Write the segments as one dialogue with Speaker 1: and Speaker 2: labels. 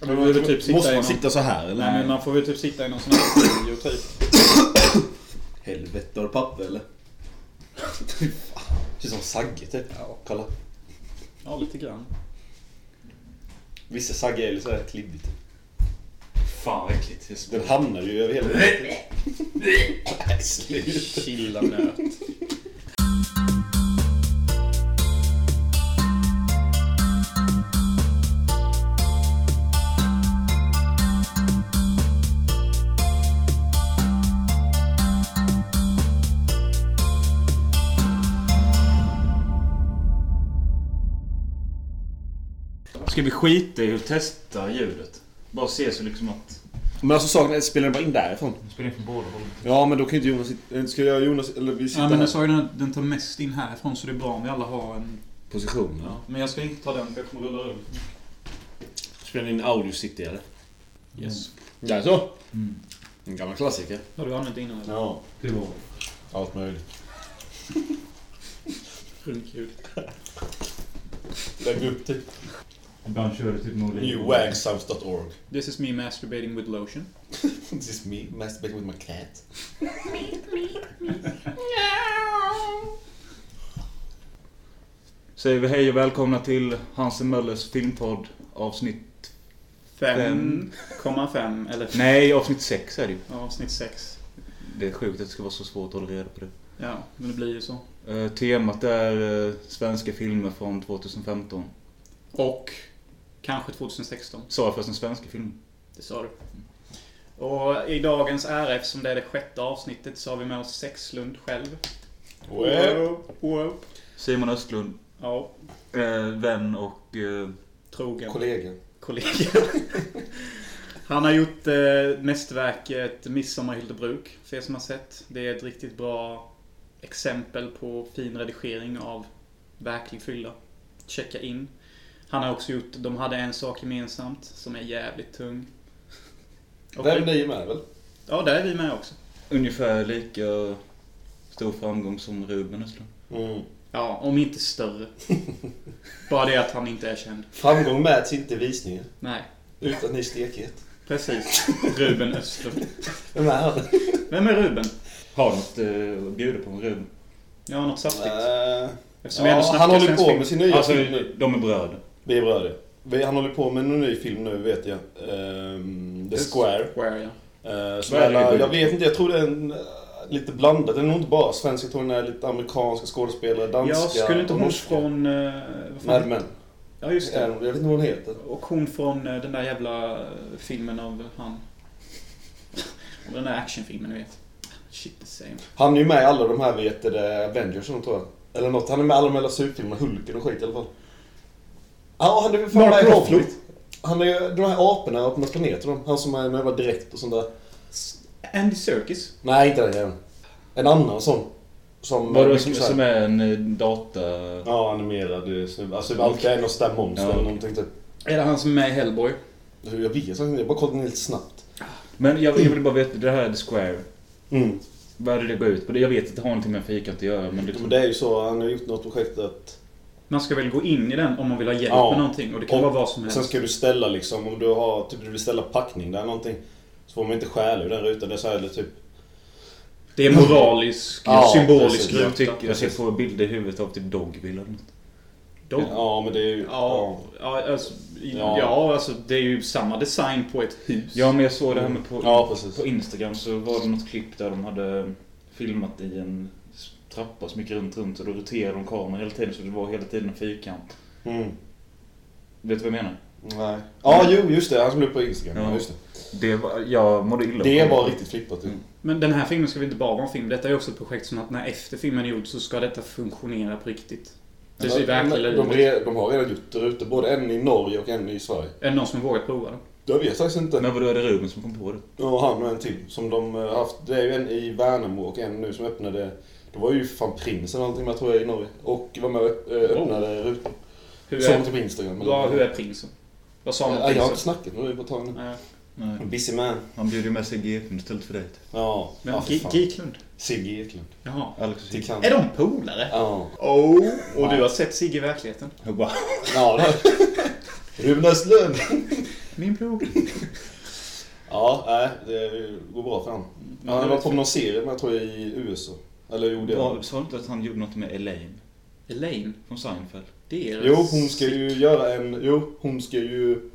Speaker 1: Du behöver typ sitta
Speaker 2: Måste
Speaker 1: i
Speaker 2: man
Speaker 1: någon...
Speaker 2: sitta så här eller?
Speaker 1: Nej men man får väl typ sitta i någon sån här video typ.
Speaker 2: Helvete, har du papper eller? Fy fan. Det är som Sagge typ. Kolla.
Speaker 1: Ja lite grann.
Speaker 2: Vissa Sagge är ju sådär klibbigt.
Speaker 3: Fan vad äckligt. Jag
Speaker 2: Den
Speaker 3: spyr.
Speaker 2: hamnar ju över hela... Nej, sluta.
Speaker 1: Chilla nöt.
Speaker 3: Ska vi skita i att testa ljudet? Bara se så liksom att...
Speaker 2: Men alltså saken är, spelar den bara in därifrån?
Speaker 3: Spela in från båda hållen.
Speaker 2: Ja, men då kan ju inte Jonas sitta... eh, Ska jag Jonas... Eller vi sitter
Speaker 1: Ja men alltså-
Speaker 2: här.
Speaker 1: jag sa ju den, den tar mest in härifrån så det är bra om vi alla har en...
Speaker 2: Positionen.
Speaker 1: Ja. Men jag ska inte ta den för jag kommer rulla runt.
Speaker 2: Spelar in Audio City eller?
Speaker 1: Yes.
Speaker 2: Ja, så. En gammal klassiker.
Speaker 1: Har du använt det innan eller?
Speaker 2: Ja.
Speaker 3: Det var...
Speaker 2: Allt möjligt.
Speaker 1: Runkljud.
Speaker 2: Lägg upp typ.
Speaker 3: Ibland kör du typ med olika...
Speaker 2: Newwagsounds.org.
Speaker 1: This is me masturbating with lotion.
Speaker 2: This is me masturbating with my cat.
Speaker 3: Säger vi hej och välkomna till Hans Möllers filmpodd avsnitt...
Speaker 1: 5,5 eller...
Speaker 3: Nej, avsnitt 6 är det ju.
Speaker 1: Ja, Avsnitt 6.
Speaker 3: Det är sjukt att det ska vara så svårt att hålla reda på det.
Speaker 1: Ja, men det blir ju så.
Speaker 3: Eh, temat är eh, svenska filmer från 2015.
Speaker 1: Och kanske 2016.
Speaker 3: Sa jag förresten svenska filmer?
Speaker 1: Det sa du. Och i dagens RF, som det är det sjätte avsnittet, så har vi med oss Sexlund själv. wow.
Speaker 3: Simon Östlund.
Speaker 1: Ja,
Speaker 3: Eh, vän och... Eh,
Speaker 1: trogen
Speaker 2: Kollega.
Speaker 1: kollega. Han har gjort eh, mästerverket Midsommar i Hyltebruk, för er som har sett. Det är ett riktigt bra exempel på fin redigering av verklig fylla. Checka in. Han har också gjort De hade en sak gemensamt, som är jävligt tung. Och-
Speaker 2: Där är ni med väl?
Speaker 1: Ja, där är vi med också.
Speaker 3: Ungefär lika stor framgång som Ruben Östlund.
Speaker 2: Mm.
Speaker 1: Ja, om inte större. Bara det att han inte är känd.
Speaker 2: Framgång mäts inte i visningen.
Speaker 1: Nej,
Speaker 2: Utan ni stekhet.
Speaker 1: precis. Ruben Östlund.
Speaker 2: Vem är han?
Speaker 1: Vem är Ruben?
Speaker 3: Har du något eh, att bjuda på med Ruben?
Speaker 1: Ja, något saftigt.
Speaker 2: Eh,
Speaker 1: Eftersom vi ändå
Speaker 2: ja,
Speaker 1: snackar
Speaker 2: han håller
Speaker 1: svensk
Speaker 2: på
Speaker 1: film.
Speaker 2: med sin nya
Speaker 3: alltså,
Speaker 2: film nu.
Speaker 3: de är bröder.
Speaker 2: Vi är bröder. Vi- Han håller på med en ny film nu vet jag. Ehm, The Square.
Speaker 1: Square, ja.
Speaker 2: Eh, som
Speaker 3: Vad är det
Speaker 2: alla,
Speaker 3: du-
Speaker 2: jag vet inte, jag tror det är en, eh, lite blandat. Den är nog inte bara svensk. Jag tror den är lite amerikanska skådespelare, danska
Speaker 1: Jag skulle inte
Speaker 2: och
Speaker 1: hon
Speaker 2: norska.
Speaker 1: från... eh, vad fan-
Speaker 2: Mad Men.
Speaker 1: Ja, just
Speaker 2: Är
Speaker 1: det.
Speaker 2: hon- Jag vet inte vad hon heter.
Speaker 1: Och hon från eh, den där jävla eh, filmen av han... Den där actionfilmen, ni vet. Shit, the same.
Speaker 2: Han är ju med i alla de här, vad heter det, Avengers eller något, tror jag. Eller något. Han är med i alla de här jävla superfilmerna, Hulken och skit i alla fall. Ja, han är väl fan
Speaker 3: Mark
Speaker 2: med i
Speaker 3: Ruffalo.
Speaker 2: Hobbit. Han är ju de här aporna, apornas planeter, de. han som är med var direkt och sånt där.
Speaker 1: Andy Serkis.
Speaker 2: Nej, inte den jäveln. En annan sån. Som...
Speaker 3: Var det
Speaker 2: mycket
Speaker 3: som,
Speaker 2: så här-
Speaker 3: som är en eh, data...
Speaker 2: Ja, animerad snubbe. Alltså, allt är något sånt där monster
Speaker 3: Ja,
Speaker 2: eller
Speaker 3: okej.
Speaker 2: någonting typ.
Speaker 1: Är det han som är med i Hellboy?
Speaker 2: Jag vet faktiskt inte, jag bara kollade den lite snabbt.
Speaker 3: Men jag, jag vill bara veta, det här är The Square.
Speaker 2: Mm.
Speaker 3: Vad är det det går ut på? Det- Jag vet att det har någonting med fikant att göra men
Speaker 2: Men
Speaker 3: liksom...
Speaker 2: det är ju så, han har gjort något projekt att...
Speaker 1: Man ska väl gå in i den om man vill ha hjälp
Speaker 2: Ja.
Speaker 1: med någonting. Och det kan
Speaker 2: Och
Speaker 1: vara vad som helst.
Speaker 2: Sen ska du ställa liksom, om du har, typ du vill ställa packning där någonting. Så får man inte stjäla ur den rutan, det är så här, eller typ...
Speaker 1: Det är moralisk,
Speaker 2: Ja,
Speaker 1: symbolisk
Speaker 2: precis.
Speaker 1: ruta.
Speaker 3: Jag, tycker, jag ser på bilder i huvudet av typ Dogville eller något.
Speaker 1: Dog. Ja,
Speaker 2: Ja, men det är ju...
Speaker 1: ja. alltså, i-
Speaker 2: Ja.
Speaker 1: ja. alltså det är ju samma design på ett hus.
Speaker 3: Ja men jag såg det här med på,
Speaker 2: Ja, precis.
Speaker 3: på Instagram så var det något klipp där de hade filmat i en s- trappa som gick runt runt och då roterade de kameran hela tiden så det var hela tiden en fyrkant.
Speaker 2: Mm.
Speaker 3: Vet du vad jag menar?
Speaker 2: Nej. Ja, jo, just det. Han som blev på Instagram. Ja.
Speaker 3: Ja.
Speaker 2: Just
Speaker 3: Det var, jag mådde
Speaker 2: det.
Speaker 3: illa.
Speaker 2: det var riktigt flippat. typ. ju.
Speaker 3: Mm.
Speaker 1: Men den här filmen ska vi inte bara vara en film. Detta är också ett projekt som att när efter filmen är gjord så ska detta funktionera på riktigt. Det är i verkliga
Speaker 2: de, de,
Speaker 1: livet.
Speaker 2: re- de har redan gjort det ute, både en i Norge och en i Sverige.
Speaker 1: Är det någon som vågar prova det?
Speaker 2: Jag vet faktiskt inte.
Speaker 3: Men vadå, är det Ruben som kom på det?
Speaker 2: Och han och en till som de eh, haft. Det är ju en i Värnamo och en nu som öppnade. Det var ju fan prinsen eller någonting med tror jag i Norge. Och var med och ö- ö- öppnade rutan.
Speaker 1: Hur
Speaker 2: Såg
Speaker 1: är,
Speaker 2: inte på Instagram. eller-
Speaker 1: vad, hur är prinsen? Vad sa han om
Speaker 2: Ja, jag har inte
Speaker 1: prinsen?
Speaker 2: snackat med dig på ett tag nu.
Speaker 1: Nej.
Speaker 3: Nej.
Speaker 2: Busy man.
Speaker 3: Han bjuder ju med sig Geklund istället för dig. typ.
Speaker 2: Ja.
Speaker 1: Men
Speaker 2: ja,
Speaker 1: Ge- Giklund?
Speaker 2: Sigge Eklund.
Speaker 1: Jaha.
Speaker 3: Alex och
Speaker 2: Till
Speaker 3: Sigge.
Speaker 1: Är
Speaker 2: Kanada.
Speaker 1: de polare?
Speaker 2: Ja.
Speaker 1: Oh. Och du har sett Sigge i verkligheten?
Speaker 3: Jag bara,
Speaker 2: Ja, det Runarslund!
Speaker 1: Min plog.
Speaker 2: Ja, nej, det går bra för honom.
Speaker 1: Men
Speaker 2: Han
Speaker 1: det
Speaker 2: var
Speaker 1: är
Speaker 2: på någon serie men jag tror i USA. Eller jo, det
Speaker 3: Bra, Sa du inte att han gjorde något med Elaine?
Speaker 1: Elaine,
Speaker 3: Från Seinfeld?
Speaker 1: deras...
Speaker 2: Jo, hon ska ju göra en... Jo, hon ska ju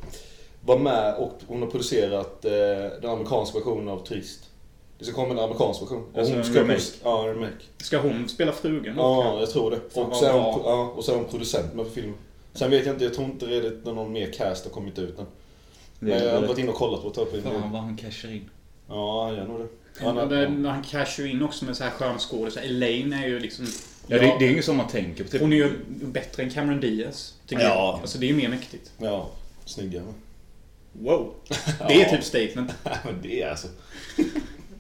Speaker 2: vara med och hon har producerat eh, den amerikanska versionen av Trist. Det ska komma en amerikansk version. Och
Speaker 3: Alltså
Speaker 2: hon
Speaker 3: en
Speaker 2: ska
Speaker 3: remake?
Speaker 2: produc- Ja, en remake.
Speaker 1: Ska hon spela frugan också?
Speaker 2: Ja, jag tror det.
Speaker 1: Fan,
Speaker 2: Och så, är
Speaker 1: vad
Speaker 2: hon,
Speaker 1: bra.
Speaker 2: ja, och så är hon producent med för filmen. Sen vet jag inte, jag tror inte redigt när någon mer cast har kommit ut än.
Speaker 3: Det
Speaker 2: Men jag har
Speaker 3: är
Speaker 2: varit inne och kollat på ett tag på
Speaker 3: Fan
Speaker 2: internet.
Speaker 3: vad han cashar in.
Speaker 2: Ja, han gör nog det.
Speaker 1: Han,
Speaker 2: Han är-
Speaker 1: han, eh, han cashar ju in också med så här skön skådis. Elaine är ju liksom...
Speaker 3: Ja, det, det är inget som man tänker på. Typ.
Speaker 1: Hon är ju bättre än Cameron Diaz. Tycker
Speaker 2: Ja.
Speaker 1: jag. Alltså det är ju mer mäktigt.
Speaker 2: Ja, snyggare.
Speaker 1: Wow. Det är
Speaker 2: Ja.
Speaker 1: typ statement.
Speaker 2: Men det är alltså.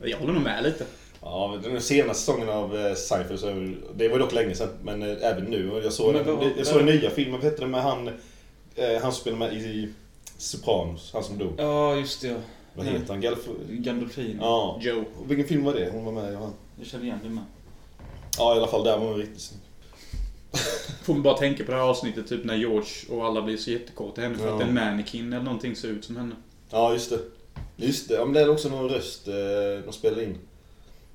Speaker 1: Jag håller nog med lite.
Speaker 2: Ja, men den senaste säsongen av eh, Seinfeld, så, det var dock länge sedan, men eh, även nu. och Jag såg,
Speaker 3: Men vad-
Speaker 2: den,
Speaker 3: vad-
Speaker 2: jag såg den nya filmen, vad hette den med han, eh, han som spelar med i Sopranos, han som dog.
Speaker 3: Ja, just det. ja.
Speaker 2: Vad
Speaker 3: Nej.
Speaker 1: Mm.
Speaker 2: heter han? Galf...
Speaker 3: Gandolfin.
Speaker 2: Ja.
Speaker 1: Joe.
Speaker 2: Och Vilken film var det hon var med i? va?
Speaker 3: Jag känner igen det med.
Speaker 2: Ja, i alla fall där var hon riktigt snygg.
Speaker 1: Får man bara tänka på det här avsnittet typ när George och alla blir så jättekåta henne för
Speaker 2: Ja.
Speaker 1: att en mannequin eller någonting ser ut som henne.
Speaker 2: Ja, just det. Just det, ja, men det är också någon röst eh, de spelar in.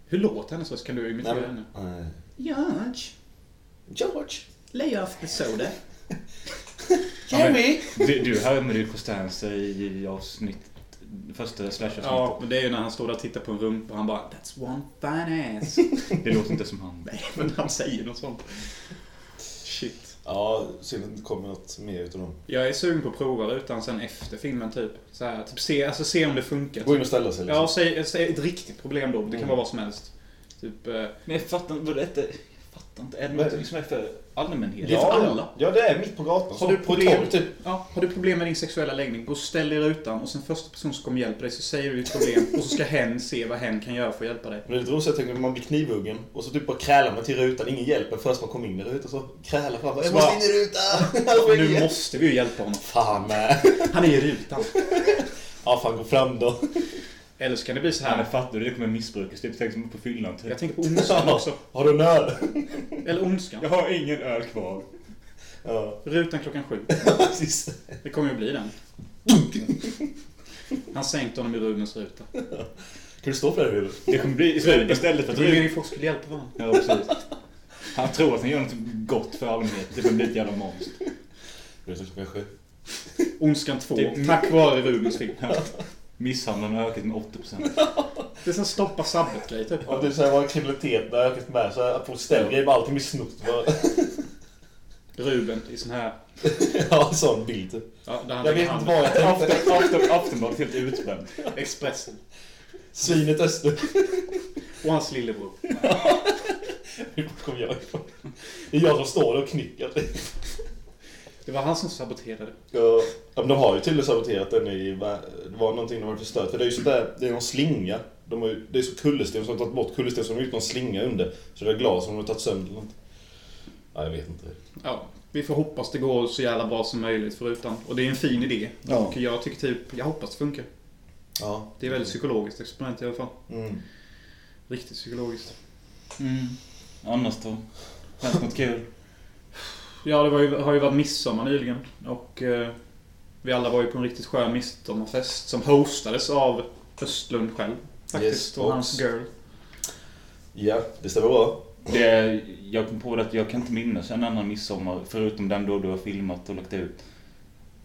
Speaker 1: Hur låter hennes röst? Kan du imitera
Speaker 2: Nej,
Speaker 1: henne?
Speaker 2: men, nej.
Speaker 1: George,
Speaker 2: George!
Speaker 1: lay off the soda.
Speaker 2: Jerry!
Speaker 3: Du, du härmade ju Costanza i, i avsnitt... Första slashavsnittet.
Speaker 1: Ja, men det är ju när han står där och tittar på en rumpa och han bara That's one fine ass.
Speaker 3: Det låter inte som han.
Speaker 1: Nej, men han säger något sånt. Shit.
Speaker 2: Ja, synd att det inte kommer något mer utav dem.
Speaker 1: Jag är sugen på att prova det utan sen efter filmen typ. Så här, typ se, alltså se om det funkar.
Speaker 2: Gå in och ställa sig liksom.
Speaker 1: Ja, och säg, säg ett riktigt problem då. Det kan
Speaker 2: Mm.
Speaker 1: vara vad som helst. Typ... eh,
Speaker 3: Men jag fattar inte. vad det heter. Jag fattar inte. Är det
Speaker 2: Men-
Speaker 3: något som är för allmänhet?
Speaker 1: Det är för
Speaker 2: Ja, ja.
Speaker 1: alla.
Speaker 2: Ja, det är mitt på gatan.
Speaker 1: Har du
Speaker 2: På
Speaker 1: problem?
Speaker 2: torg, typ.
Speaker 1: Ja, har du problem med din sexuella läggning, gå och ställ dig i rutan och sen första person som kommer hjälpa dig så säger du ditt problem och så ska hen se vad hen kan göra för att hjälpa dig.
Speaker 2: Men det är lite roligt, så jag tänker att man blir knivhuggen och så typ bara krälar man till rutan, ingen hjälp, men först man kommer in i rutan så krälar fram. Jag
Speaker 1: Så
Speaker 2: måste
Speaker 1: bara-
Speaker 2: in i rutan! Jag
Speaker 1: Nu
Speaker 2: måste in.
Speaker 1: måste vi ju hjälpa honom.
Speaker 2: Fan nej.
Speaker 1: Han är i rutan.
Speaker 2: Ja fan gå fram då.
Speaker 1: Eller så kan det bli så
Speaker 3: Ja, men
Speaker 1: här.
Speaker 3: fattar du? Det kommer missbrukas. Det är tänk som på fyllan. typ.
Speaker 1: Jag tänker på ondskan också.
Speaker 2: Har du en öl?
Speaker 1: Eller ondskan.
Speaker 3: har ingen öl kvar.
Speaker 2: Ja,
Speaker 1: Rutan klockan sju.
Speaker 2: precis.
Speaker 1: Det kommer ju att bli den. Han sänkte honom i Rubens ruta.
Speaker 2: Kan du stå för det Ruben?
Speaker 3: Det kommer bli slut istället för att
Speaker 1: Rubens folk skulle hjälpa varandra.
Speaker 3: Ja, precis. Han tror att han gör något gott för allmänheten. Det kommer bli ett jävla monster.
Speaker 2: Rutan klockan sju.
Speaker 1: Ondskan 2.
Speaker 3: Det-
Speaker 1: Tack vare Rubens film.
Speaker 3: Misshandeln har ökat med 80%.
Speaker 1: Det är som stoppa sabbet-grej typ.
Speaker 2: Om du säger vad kriminaliteten har ökat med så att folk ställer grejer med allting blir snott. bara.
Speaker 1: Ruben i sån här...
Speaker 2: Ja, sån bild typ.
Speaker 1: Ja, där han
Speaker 2: Jag
Speaker 1: lägger
Speaker 2: vet inte
Speaker 1: handen.
Speaker 2: vad jag tänkte.
Speaker 3: Afton- Afton- Aftonbladet är helt utbränt.
Speaker 1: Expressen.
Speaker 2: Svinet Öster.
Speaker 1: Och hans lillebror.
Speaker 2: Hur kom jag ifrån? Det är jag som står där och knickar.
Speaker 1: Det var han som saboterade.
Speaker 2: Ja, ja, men de har ju tydligen saboterat den i... Det var någonting de har förstört. För det är ju sånt där, det är någon slinga. De har, ju- det är så kullersten, så de har tagit bort kullersten så de har gjort någon slinga under. Så det är glas som de har tagit sönder eller något. Ja, jag vet inte.
Speaker 1: Ja, vi får hoppas det går så jävla bra som möjligt förutan. Och det är en fin idé.
Speaker 3: Ja.
Speaker 1: Och jag tycker typ, jag hoppas det funkar.
Speaker 2: Ja.
Speaker 1: Det är väldigt psykologiskt experiment i alla fall.
Speaker 2: Mm.
Speaker 1: Riktigt psykologiskt.
Speaker 3: Mm. Annars då? Hänt något kul?
Speaker 1: Ja, det var ju, har ju varit midsommar nyligen. Och eh, vi alla var ju på en riktigt skön midsommarfest som hostades av Östlund själv. Faktiskt.
Speaker 2: Yes,
Speaker 1: och hans
Speaker 2: box.
Speaker 1: girl.
Speaker 2: Ja, det stämmer bra.
Speaker 3: Det, jag kom på det att jag kan inte minnas en annan midsommar, förutom den då du har filmat och lagt ut.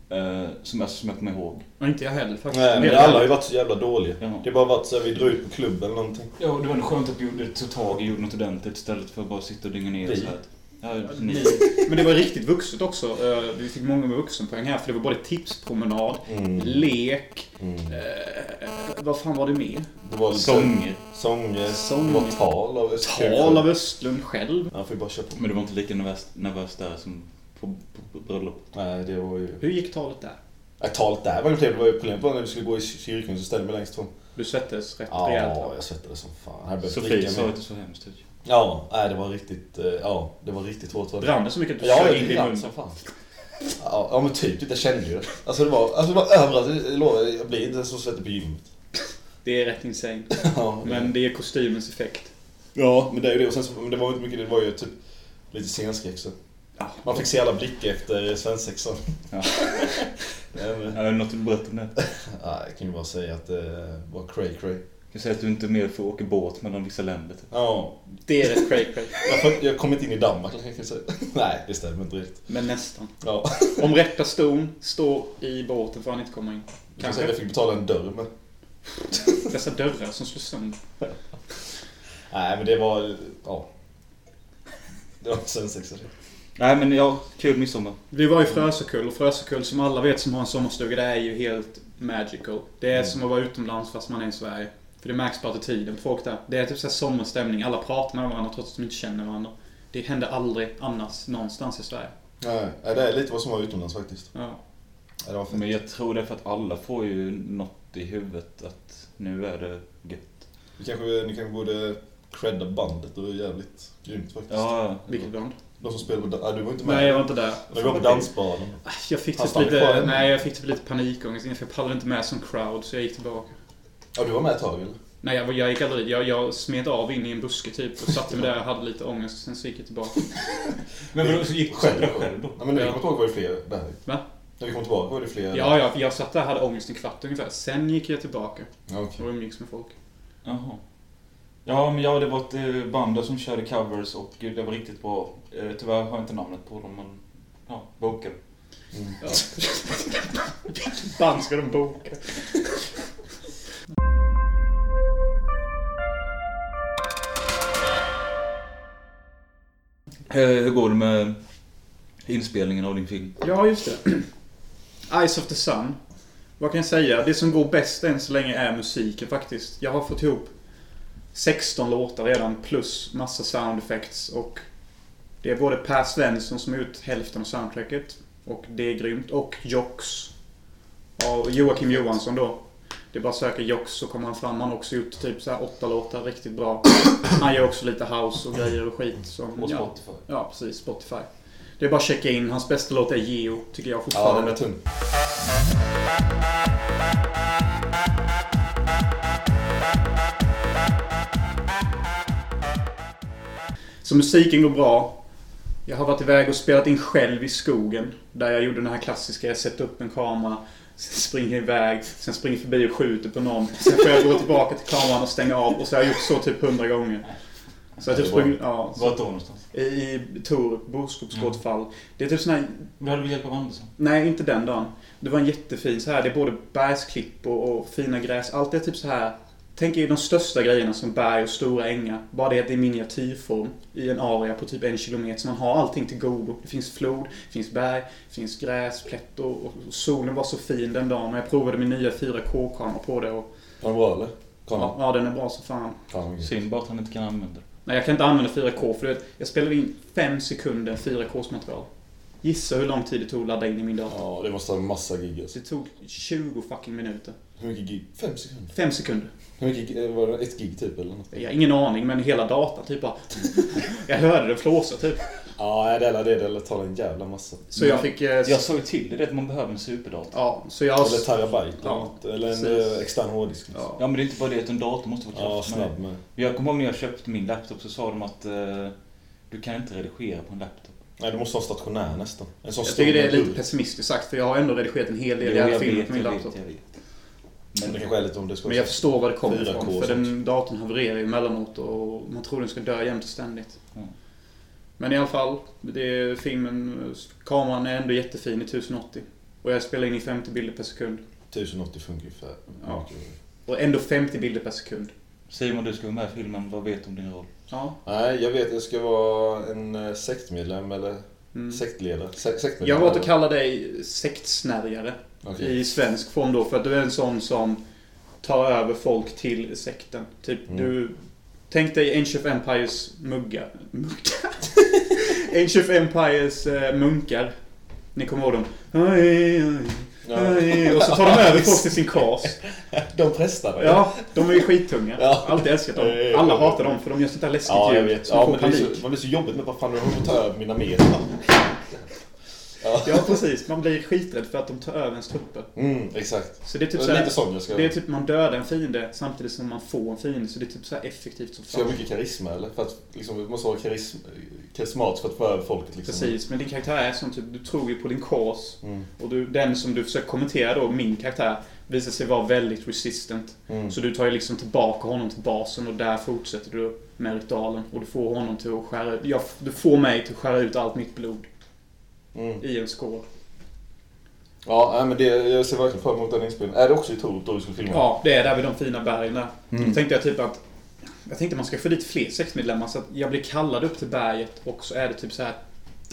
Speaker 3: eh, som, jag, som jag kommer ihåg.
Speaker 1: Och inte jag heller faktiskt.
Speaker 2: Nej, men
Speaker 1: Helt
Speaker 2: alla har ju
Speaker 1: ärligt.
Speaker 2: varit så jävla dåliga.
Speaker 3: Ja.
Speaker 2: Det har bara varit så här, vi drar ut på klubb eller någonting.
Speaker 3: Ja, det var ändå skönt att du gjorde- tog tag i gjorde något ordentligt istället för att bara sitta och dynga ner
Speaker 2: Vi.
Speaker 3: så här. Ja, ni.
Speaker 1: Ni- Men det var riktigt vuxet också. Eh, Vi fick många vuxenpoäng här för det var både tipspromenad,
Speaker 2: Mm.
Speaker 1: lek,
Speaker 2: Mm.
Speaker 1: eh, vad fan var det mer?
Speaker 2: Det var lite
Speaker 3: Sånger.
Speaker 2: sånger.
Speaker 1: Sånger.
Speaker 2: Det var tal av
Speaker 1: Tal av Östlund själv.
Speaker 2: Ja, får ju bara köra på.
Speaker 3: Men du var inte lika nervös, nervös där som på, på, på bröllop?
Speaker 2: Nej, det var ju...
Speaker 1: Hur gick talet där?
Speaker 2: Ja, talet där var ju trevligt. Det var ju problemet var när vi skulle gå i kyrkan så ställde vi längst fram.
Speaker 1: Du svettades rätt
Speaker 2: Ja,
Speaker 1: rejält.
Speaker 2: jag svettades som fan. Jag hade behövt
Speaker 3: Sofie
Speaker 2: dricka
Speaker 3: sa
Speaker 2: mer.
Speaker 3: att det så hemskt ut.
Speaker 2: Ja, nej, det var riktigt, eh, ja, det var riktigt hårt. var det.
Speaker 1: Brann det så mycket att du
Speaker 2: Ja,
Speaker 1: sög in
Speaker 2: det
Speaker 1: din
Speaker 2: brann
Speaker 1: mun?
Speaker 2: som fan. Ja, ja, men typ. Jag kände ju det. Alltså det var, alltså, det var överallt. Jag lovar, jag blir inte ens så svettig på gymmet.
Speaker 1: Det är rätt insane.
Speaker 2: Ja,
Speaker 1: Men det är kostymens effekt.
Speaker 2: ja, men det är ju det. Och sen så, men det var ju inte mycket. Det var ju typ lite scenskräck så. Man fick se alla blickar efter svensexan.
Speaker 3: Ja.
Speaker 2: Nej, men,
Speaker 3: Är det något du vill berätta om det? Jag
Speaker 2: nej, jag kan ju bara säga att det var cray cray.
Speaker 3: kan säga att du inte är med för att åka båt mellan vissa länder. Typ.
Speaker 2: Ja,
Speaker 1: Det är rätt cray cray.
Speaker 2: jag, får- jag kom inte in i Danmark kan jag säga. Nej, det stämmer inte riktigt.
Speaker 1: Men nästan.
Speaker 2: Ja,
Speaker 1: Om rätt person står i båten får han inte komma in.
Speaker 2: jag, kan säga,
Speaker 1: Kanske.
Speaker 2: jag fick betala en dörr men.
Speaker 1: Dessa dörrar som slås sönder.
Speaker 2: Nej, men det var... Ja. Det var en svensexa. det.
Speaker 3: Nej men ja, kul midsommar.
Speaker 1: Vi var i Frösekull och Frösekull som alla vet som har en sommarstuga det är ju helt magical. Det är som att vara utomlands fast man är i Sverige. För det märks på attityden på folk där. Det är typ såhär sommarstämning. Alla pratar med varandra trots att de inte känner varandra. Det händer aldrig annars någonstans i Sverige.
Speaker 2: Nej, nej, det är lite vad som var utomlands faktiskt.
Speaker 1: Ja.
Speaker 2: Nej, det var fint.
Speaker 3: Men jag tror det är för att alla får ju något i huvudet att nu är det gött.
Speaker 2: Vi kanske, ni kanske borde credda bandet, det var jävligt grymt faktiskt.
Speaker 3: Ja,
Speaker 1: Vilket band?
Speaker 2: De som spelade på... Ja, du var inte med.
Speaker 1: Nej, jag var inte där.
Speaker 2: Men vi var på dansbanan.
Speaker 1: Aj, Jag fick
Speaker 2: Han
Speaker 1: typ
Speaker 2: stannade kvar
Speaker 1: lite,
Speaker 2: än.
Speaker 1: nej, jag fick typ lite panikångest för jag pallade inte med som crowd så jag gick tillbaka.
Speaker 2: Ja, du var med ett tag eller?
Speaker 1: Nej, jag, jag gick aldrig dit. Jag, jag smet av in i en buske typ och satte mig där och hade lite ångest. Sen så gick jag tillbaka.
Speaker 3: Men vadå, så gick du själv, själv då?
Speaker 2: Ja, men när vi
Speaker 1: Ja.
Speaker 2: kom tillbaka var det fler där.
Speaker 1: Va?
Speaker 2: När vi kom tillbaka var det fler
Speaker 1: Ja, ja, jag satt där och hade ångest en kvart ungefär. Sen gick jag tillbaka
Speaker 2: Ja, okej.
Speaker 1: och umgicks med folk.
Speaker 3: Jaha. Ja, men ja, det var ett eh, band där som körde covers och gud, det var riktigt bra. Eh, Tyvärr har jag inte namnet på dem, men ja, boken.
Speaker 2: Mm.
Speaker 1: Ja. Vilket band ska de boka?
Speaker 3: Eh, Hur går det med inspelningen av din film?
Speaker 1: Ja, just det. Eyes of the Sun. Vad kan jag säga? Det som går bäst än så länge är musiken faktiskt. Jag har fått ihop 16 låtar redan plus massa sound effects och det är både Per Svensson som har gjort hälften av soundtracket och det är grymt och Jox av Joakim Johansson då. Det är bara att söka Jox så kommer han fram. Han har också gjort typ så här åtta låtar riktigt bra. Han gör också lite house och grejer och skit som...
Speaker 3: På
Speaker 1: ja.
Speaker 3: Spotify?
Speaker 1: Ja, precis. Spotify. Det är bara att checka in. Hans bästa låt är Geo, tycker jag
Speaker 2: Ja, den
Speaker 1: fortfarande.
Speaker 2: är tung.
Speaker 1: Så musiken går bra. Jag har varit iväg och spelat in själv i skogen. Där jag gjorde den här klassiska, jag sätter upp en kamera, sen springer jag iväg, sen springer jag förbi och skjuter på någon. Sen får jag gå tillbaka till kameran och stänga av. Och så har jag gjort så typ hundra gånger. Så jag har typ
Speaker 2: Det är bra.
Speaker 1: sprungit, ja, så-
Speaker 3: Vart då någonstans?
Speaker 1: I- I Torup, boskapsgårdsfall. Det är typ sån här
Speaker 3: Du hade väl hjälp av Andersson?
Speaker 1: Nej, inte den dagen. Det var en jättefin så här. Det är både bergsklipp och, och fina gräs. Allt är typ så här. Tänk er de största grejerna som berg och stora ängar. Bara det att det är miniatyrform i en area på typ en kilometer. Så man har allting till godo. Det finns flod, det finns berg, det finns gräs, plättor och och solen var så fin den dagen. Och jag provade min nya 4K-kamera på det och
Speaker 2: Var den bra eller?
Speaker 1: ja,
Speaker 2: Kameran?
Speaker 1: ja, den är bra så fan.
Speaker 2: Kameran.
Speaker 3: Synd bara att han inte kan använda det.
Speaker 1: Nej, jag kan inte använda 4K för du vet, jag spelade in 5 sekunder 4Ks material. Gissa hur lång tid det tog att ladda in i min dator.
Speaker 2: Ja, det måste ha en massa gig alltså.
Speaker 1: Det tog 20 fucking minuter.
Speaker 2: Hur mycket gig? Fem sekunder.
Speaker 1: Fem sekunder.
Speaker 2: Hur mycket gig? eh, Var det ett gig typ eller något?
Speaker 1: Jag har ingen aning, men hela datan typ bara... Jag hörde den flåsa typ.
Speaker 2: Ja, nej, det eller det. Eller tar en jävla massa.
Speaker 1: Så jag fick... eh, s-
Speaker 3: Jag sa ju till dig det, att man behöver en superdator.
Speaker 1: Ja, så jag...
Speaker 2: Eller terabyte eller
Speaker 1: Ja,
Speaker 2: något. Eller en
Speaker 1: precis.
Speaker 2: eh, extern hårddisk. liksom.
Speaker 1: Ja.
Speaker 3: Ja, men det är inte bara det att en dator måste vara
Speaker 2: Ja,
Speaker 3: kraftmätare.
Speaker 2: snabb med.
Speaker 3: Jag kommer ihåg när jag köpte min laptop så sa de att eh, du kan inte redigera på en laptop.
Speaker 2: Nej, du måste ha en stationär nästan. En sån
Speaker 1: Jag
Speaker 2: stor
Speaker 1: tycker det är
Speaker 2: med
Speaker 1: lite
Speaker 2: bull.
Speaker 1: pessimistiskt sagt, för jag har ändå redigerat en hel del
Speaker 3: Jo,
Speaker 1: jävla
Speaker 3: jag
Speaker 1: filmer
Speaker 3: vet,
Speaker 1: på min
Speaker 3: jag vet,
Speaker 1: laptop.
Speaker 3: jag vet.
Speaker 2: Men det
Speaker 3: Men,
Speaker 2: kanske är lite om det ska
Speaker 1: Men jag förstår var det kommer
Speaker 2: 4K
Speaker 1: ifrån,
Speaker 2: och
Speaker 1: för
Speaker 2: sånt.
Speaker 1: den datorn havererar ju emellanåt och man tror den ska dö jämt och ständigt.
Speaker 3: Mm.
Speaker 1: Men i alla fall, det är filmen... Kameran är ändå jättefin i 1080. Och jag spelar in i 50 bilder per sekund.
Speaker 2: 1080 funkar ju för
Speaker 1: Ja.
Speaker 2: mycket.
Speaker 1: Och ändå 50 bilder per sekund.
Speaker 3: Simon, du ska vara med i filmen. Vad vet du om din roll?
Speaker 1: Ja.
Speaker 2: Nej, jag vet. Jag ska vara en eh, sektmedlem eller
Speaker 1: Mm.
Speaker 2: sektledare. Se sektmedlem.
Speaker 1: Jag har valt att kalla dig sektsnärjare.
Speaker 2: Okej.
Speaker 1: i svensk form då för att du är en sån som tar över folk till sekten. Typ
Speaker 2: Mm.
Speaker 1: du... Tänk dig Age of Empires muggar. Muggar? Age of Empires eh, munkar. Ni kommer ihåg dem? Oj, oj, oj. Och så tar de över folk till sin kras.
Speaker 2: De prästarna.
Speaker 1: Ja, de är ju skittunga.
Speaker 2: Ja.
Speaker 1: Alltid älskat
Speaker 2: Ja, ja,
Speaker 1: dem.
Speaker 2: ja.
Speaker 1: Alla hatar dem för de gör sånt där läskigt
Speaker 2: Ja, jag
Speaker 1: ljud.
Speaker 2: vet.
Speaker 1: som
Speaker 2: Ja,
Speaker 1: får
Speaker 2: men det är
Speaker 1: panik.
Speaker 2: så, man blir så jobbigt med vad fan, nu håller de på att ta över mina medel. Ja.
Speaker 1: Ja, precis. Man blir skiträdd för att de tar över ens trupper.
Speaker 2: Mm, exakt.
Speaker 1: Så det är typ
Speaker 2: Det är
Speaker 1: såhär...
Speaker 2: lite sån jag ska...
Speaker 1: Det är typ man dödar en fiende samtidigt som man får en fiende. Så det är typ så här effektivt som
Speaker 2: Ska jag
Speaker 1: fan.
Speaker 2: ha mycket karisma eller? För att liksom, vi måste ha karism... smart för att få över folket liksom.
Speaker 1: Precis, men din karaktär är som typ, du tror ju på din cause.
Speaker 2: Mm.
Speaker 1: Och du, den som du försöker kommentera då, min karaktär, visar sig vara väldigt resistant.
Speaker 2: Mm.
Speaker 1: Så du tar ju liksom tillbaka honom till basen och där fortsätter du med ritualen. Och du får honom till att skära ut, ja, du får mig till att skära ut allt mitt blod
Speaker 2: Mm.
Speaker 1: i en skål.
Speaker 2: Ja, nej, men det, jag ser verkligen fram emot den inspelningen. Är det också i Torup då vi skulle filma?
Speaker 1: Ja, det är där vid de fina bergen där.
Speaker 2: Mm.
Speaker 1: Då tänkte jag typ att jag tänkte man ska få dit fler sektmedlemmar så att jag blir kallad upp till berget och så är det typ så här.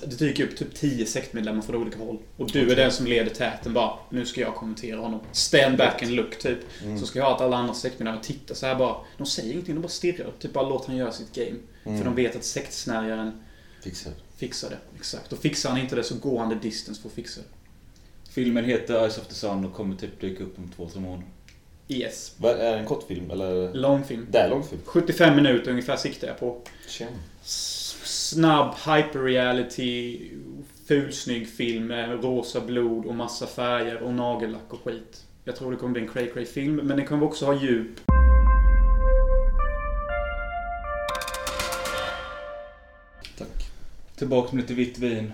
Speaker 1: Det dyker upp typ 10 sektmedlemmar från olika håll. Och du är den som leder täten bara. Nu ska jag kommentera honom. Stand back and look typ.
Speaker 2: Mm,
Speaker 1: Så ska jag ha att alla andra sektmedlemmar tittar så här bara. De säger ingenting, de bara stirrar. Typ bara låt han göra sitt game. För de vet att sektsnärjaren
Speaker 2: mm. Fixar.
Speaker 1: fixar det. Exakt. Och fixar han inte det så går han the distance för att fixa det.
Speaker 3: Filmen heter Eyes of the Sun och kommer typ dyka upp om två, tre månader.
Speaker 1: Yes.
Speaker 2: Vad- Är det en kortfilm eller?
Speaker 1: Långfilm.
Speaker 2: Det är långfilm.
Speaker 1: 75 minuter ungefär siktar jag på.
Speaker 2: Tjena.
Speaker 1: s- snabb hyperreality, fulsnygg film med rosa blod och massa färger och nagellack och skit. Jag tror det kommer bli en cray cray film, men den kommer också ha djup.
Speaker 3: Tack. Tillbaka med lite vitt vin.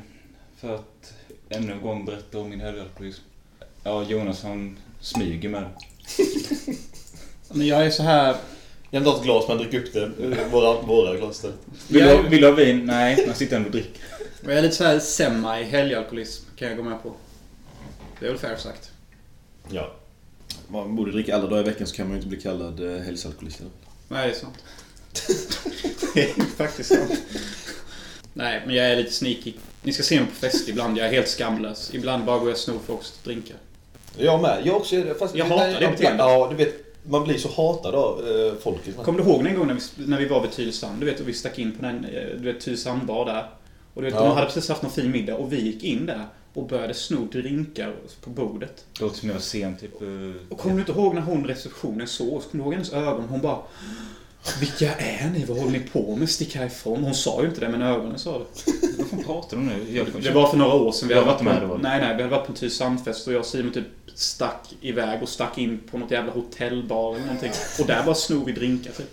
Speaker 3: För att ännu en gång berätta om min helgalkoholism. Ja, Jonas han smyger med det.
Speaker 1: Men jag är så här...
Speaker 2: Jag har inte ett glas men jag dricker upp det. Eh, Våra, våra glas där.
Speaker 3: Vill,
Speaker 1: Jag
Speaker 3: du,
Speaker 1: är,
Speaker 3: ha- vill du ha vin? Nej, men jag sitter ändå och dricker.
Speaker 1: jag är lite så här semi helgalkoholism kan jag gå med på. Det är väl fair sagt.
Speaker 2: Ja.
Speaker 4: Man borde dricka alla dagar i veckan så kan man ju inte bli kallad eh, helsalkoholist. eller?
Speaker 1: Nej, det är sant. det är faktiskt sant. Nej, men jag är lite sneaky. Ni ska se mig på fest ibland. Jag är helt skamlös. Ibland bara går jag och snor folks drinkar.
Speaker 2: Jag med. Jag också. är det, Fast
Speaker 1: Jag hatar
Speaker 2: nej,
Speaker 1: det beteendet.
Speaker 2: Ja, du vet. Man blir så hatad av eh, folket.
Speaker 1: Kommer du ihåg en gång när vi, när vi var vid Tylösand? Du vet, och vi stack in på den, eh, du vet, Tylösand bar där. Och du vet,
Speaker 2: Ja.
Speaker 1: de hade precis haft någon fin middag och vi gick in där och började sno drinkar på bordet.
Speaker 3: Det låter som jag var sen typ... eh,
Speaker 1: Och kommer du inte ihåg när hon i receptionen såg oss? Kommer du ihåg hennes ögon? Hon bara Vilka är ni? Vad håller ni på med? Stick härifrån. Hon sa ju inte det, men ögonen sa det.
Speaker 3: Vad fan pratar de nu? Jag,
Speaker 1: Det var för några år sedan. Vi
Speaker 3: Jag
Speaker 1: hade
Speaker 3: var
Speaker 1: varit
Speaker 3: inte med,
Speaker 1: på,
Speaker 3: det var det.
Speaker 1: nej, nej, vi hade varit på en Tylösandfest och jag och Simon typ stack iväg och stack in på något jävla hotellbar eller någonting. Och där bara snor vi drinkar typ.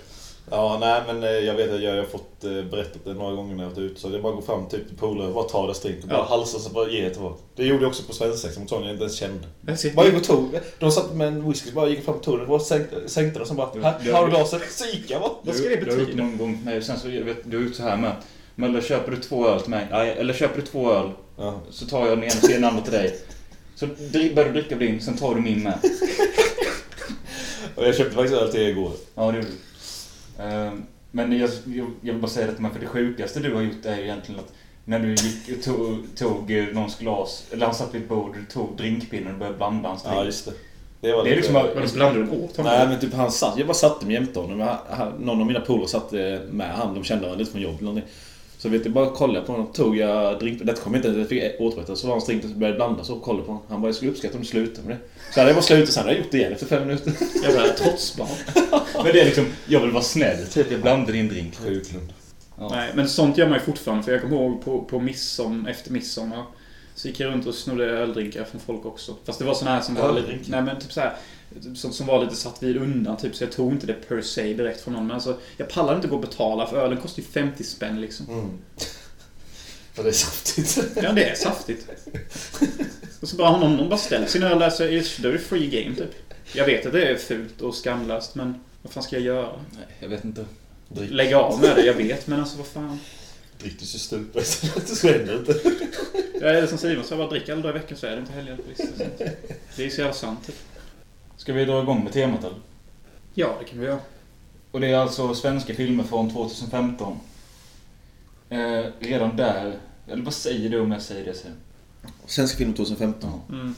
Speaker 2: Ja, nej men eh, jag vet att jag har fått eh, berättat det några gånger när jag varit ute. Så det är bara att gå fram typ till polare och bara ta det strink och bara
Speaker 1: Ja.
Speaker 2: halsa så bara ge det till folk. Det gjorde jag också på svensexan mot sådana jag inte ens kände.
Speaker 1: Jag ser-
Speaker 2: Bara gick och tog. De satt med en whisky så bara gick fram till tullen och bara sänkte, sänkte den. Sen bara, här här har du glaset. Så gick jag bara.
Speaker 1: Vad ska det
Speaker 3: Du har gjort
Speaker 1: betyda?
Speaker 3: någon gång med sen så jag vet, du har gjort så här med. Men eller köper du två öl till mig? Nej, eller köper du två öl
Speaker 2: Ja.
Speaker 3: så tar jag den ena och ger den andra till dig. Så dri- börjar du dricka din, sen tar du min med.
Speaker 2: Och jag köpte faktiskt öl till er igår.
Speaker 3: Ja, det gjorde du. Ehm, Men jag, jag, jag vill bara säga detta med, för det sjukaste du har gjort är ju egentligen att när du gick och tog, tog eh, någons glas, eller han satt vid ett bord, du tog drinkpinnen och började blanda hans drink.
Speaker 2: Ja, just det. Det var
Speaker 3: det är liksom bara...
Speaker 1: Men blandade du åt honom?
Speaker 4: Nej men typ han satt, jag bara satte mig jämte honom. Men han- han- Någon av mina polare satt eh, med han, de kände varandra lite från jobb eller någonting. Så vet jag bara kollade på honom, tog jag drink... Det kommer jag inte ens, jag fick återberätta. Så var han strängt och började blanda så kollade på honom. Han bara, jag skulle uppskatta om du slutade med det. Så hade jag bara slutat, sen hade jag gjort det igen efter fem minuter.
Speaker 1: Jävla trotsbarn.
Speaker 3: Men det är liksom, jag vill vara snäll. Typ, jag blandade din drink.
Speaker 2: Sjuklund.
Speaker 1: Nej, men sånt gör man ju fortfarande. För jag kommer ihåg på, på midsom, efter midsommar. Så gick jag runt och snodde öldrinkar från folk också. Fast det var såna här som var lite...
Speaker 2: Öldrinkar?
Speaker 1: Nej men typ så här, typ som, som var lite satt vid undan typ. Så jag tog inte det per se direkt från någon. Men alltså, jag pallade inte gå och betala för ölen kostar ju 50 spänn liksom.
Speaker 2: Mm. För det är saftigt.
Speaker 1: Ja, det är saftigt. Och så bara om någon bara ställer sin öl där så är det, då är det free game typ. Jag vet att det är fult och skamlöst men vad fan ska jag göra?
Speaker 3: Nej, jag vet inte.
Speaker 2: Drick,
Speaker 1: Lägga av med det, jag vet men alltså vad fan.
Speaker 2: drick du så stupet så att det sväller inte.
Speaker 1: Jag är som Simon sa, jag bara dricker alla dagar i veckan så är det inte helgalkoholist. Det är så jävla sant. typ.
Speaker 3: Ska vi dra igång med temat eller?
Speaker 1: Ja, det kan vi göra.
Speaker 3: Och det är alltså svenska filmer från 2015. Eh, redan där. Eller vad säger du om jag säger det sen?
Speaker 4: Svenska film 2015.
Speaker 1: Mm.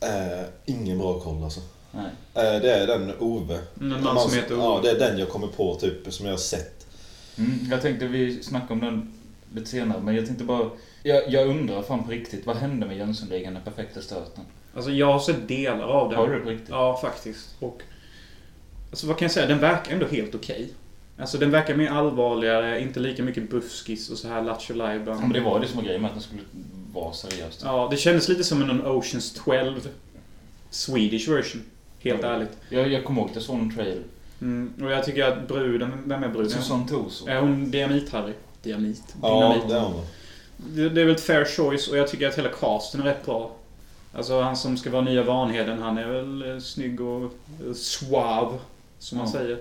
Speaker 2: Eh, ingen bra koll alltså.
Speaker 3: Nej.
Speaker 2: Eh, det är den Ove.
Speaker 1: En man som heter Ove.
Speaker 2: Ja, det är den jag kommer på typ, som jag har sett.
Speaker 3: Mm, jag tänkte vi snackar om den lite senare, men jag tänkte bara... Jag, jag undrar fan på riktigt, vad hände med Jönssonligan, den perfekta stöten?
Speaker 1: Alltså jag har sett delar av den.
Speaker 3: Har du det på riktigt?
Speaker 1: Ja, faktiskt. Och... Alltså vad kan jag säga? Den verkar ändå helt okej. Alltså den verkar mer allvarligare, inte lika mycket buskis och så här lattjo
Speaker 3: Ja, men det var ju det som var grejen med att den skulle vara seriös.
Speaker 1: Ja, det kändes lite som en Oceans 12 Swedish version. Helt ärligt.
Speaker 3: Jag, jag kommer ihåg att jag såg en trailer.
Speaker 1: Mm, och jag tycker att bruden, vem är bruden?
Speaker 3: Susanne Torsson.
Speaker 1: Är hon Diamit-Harry? Dynamit.
Speaker 2: Ja,
Speaker 1: Dynamit.
Speaker 2: det är han va?
Speaker 1: Det, det är väl ett fair choice och jag tycker att hela casten är rätt bra. Alltså han som ska vara nya Vanheden, han är väl eh, snygg och eh, suave. Som man
Speaker 3: Ja.
Speaker 1: säger.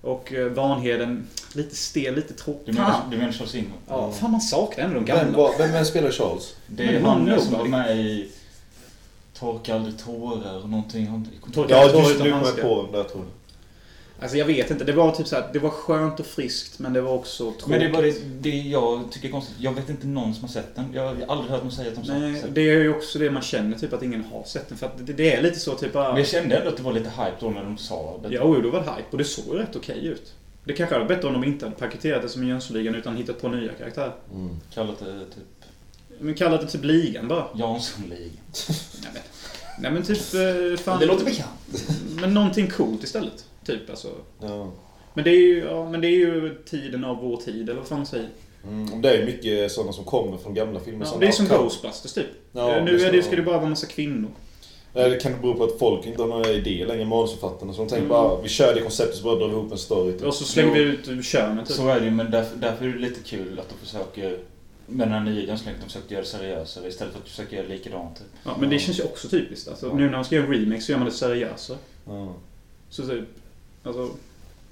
Speaker 1: Och eh, Vanheden, lite stel, lite tråkig.
Speaker 3: Du menar,
Speaker 1: Fan!
Speaker 3: du menar Charles Ingvar?
Speaker 1: Ja, fan man saknar ändå de
Speaker 2: Vem,
Speaker 1: gamla.
Speaker 2: var- vem, vem spelar Charles?
Speaker 3: Det
Speaker 1: Men
Speaker 3: är
Speaker 1: det var
Speaker 3: han
Speaker 1: nog
Speaker 3: som var
Speaker 1: det.
Speaker 3: med i Torka aldrig tårar och någonting. Han,
Speaker 1: Torka-
Speaker 2: Ja,
Speaker 1: Torsten
Speaker 2: du, du kommer
Speaker 1: Handske.
Speaker 2: på vem det är, tror jag.
Speaker 1: Alltså jag vet inte, det var typ så här, det var skönt och friskt men det var också tråkigt.
Speaker 3: men det är bara det, det jag tycker är konstigt. Jag vet inte någon som har sett den. Jag har aldrig hört någon säga att de har
Speaker 1: Nej,
Speaker 3: sett den.
Speaker 1: det är ju också det man känner typ att ingen har sett den. För att det, det är lite så typ
Speaker 3: Men
Speaker 1: bara...
Speaker 3: jag kände ändå att det var lite hype då när de sa det.
Speaker 1: Ja, oj, då var det hype och det såg ju rätt okej ut. Det kanske hade varit bättre om de inte hade paketerat det som Jönssonligan utan hittat på nya karaktärer.
Speaker 2: Mm.
Speaker 3: Kallat det typ
Speaker 1: Men kallat det typ ligan bara.
Speaker 3: Janssonligan.
Speaker 1: Nej men, nej, men typ... eh, Fan,
Speaker 3: Det låter bekant.
Speaker 1: Men någonting coolt istället. Typ alltså.
Speaker 2: Ja.
Speaker 1: Men det är ju, ja, men det är ju tiden av vår tid eller vad fan man säger.
Speaker 2: Mm. Det är ju mycket sådana som kommer från gamla filmer.
Speaker 1: Ja,
Speaker 2: sådana
Speaker 1: det är som
Speaker 2: outcome.
Speaker 1: Ghostbusters typ.
Speaker 2: Ja,
Speaker 1: Eh, nu
Speaker 2: det
Speaker 1: är det,
Speaker 2: ska-
Speaker 1: ska det bara vara en massa kvinnor.
Speaker 2: Nej, det kan bero på att folk inte har några idéer längre, manusförfattarna. Så de
Speaker 1: Mm.
Speaker 2: tänker bara, vi kör det konceptet så bara drar vi ihop en story. Typ.
Speaker 1: Och så slänger vi ut könen typ.
Speaker 3: Så är det ju, men därför, därför är det lite kul att de försöker med den här nya Jönssonligan, att de försöker göra det seriösare istället för att försöka göra likadant. Typ.
Speaker 1: Ja, men det känns ju också typiskt. Alltså,
Speaker 3: Ja.
Speaker 1: Nu när man ska göra en remake så gör man det seriösare.
Speaker 2: Ja.
Speaker 1: Så typ, alltså,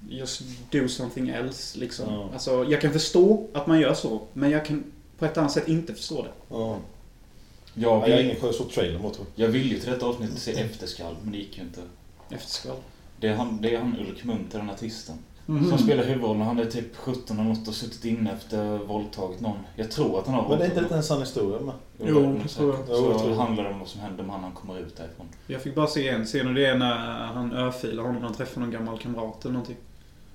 Speaker 1: just do something else liksom.
Speaker 2: Ja.
Speaker 1: Alltså, jag kan förstå att man gör så, men jag kan på ett annat sätt inte förstå det.
Speaker 2: Ja.
Speaker 3: Jag
Speaker 2: Ja, jag har
Speaker 3: vill,
Speaker 2: ingen skön sorts trailer mot tror
Speaker 3: jag ville ju till detta avsnittet se Efterskalv, men det gick ju inte.
Speaker 1: Efterskval.
Speaker 3: Det är han, det är han Ulrik Munter, den artisten.
Speaker 1: Mm.
Speaker 3: Som spelar huvudrollen. Han är typ 17 eller något och suttit inne efter våldtagit någon. Jag tror att han har
Speaker 2: Men det är inte
Speaker 3: våldtagit
Speaker 2: riktigt en sann historia med.
Speaker 1: Jo,
Speaker 3: någon.
Speaker 1: det
Speaker 3: säkert.
Speaker 1: tror jag.
Speaker 2: Jo,
Speaker 3: Så
Speaker 2: jag tror det.
Speaker 3: handlar det om vad som händer med han när han kommer ut därifrån.
Speaker 1: Jag fick bara se en scen och det är när han örfilar honom när han träffar någon gammal kamrat eller någonting.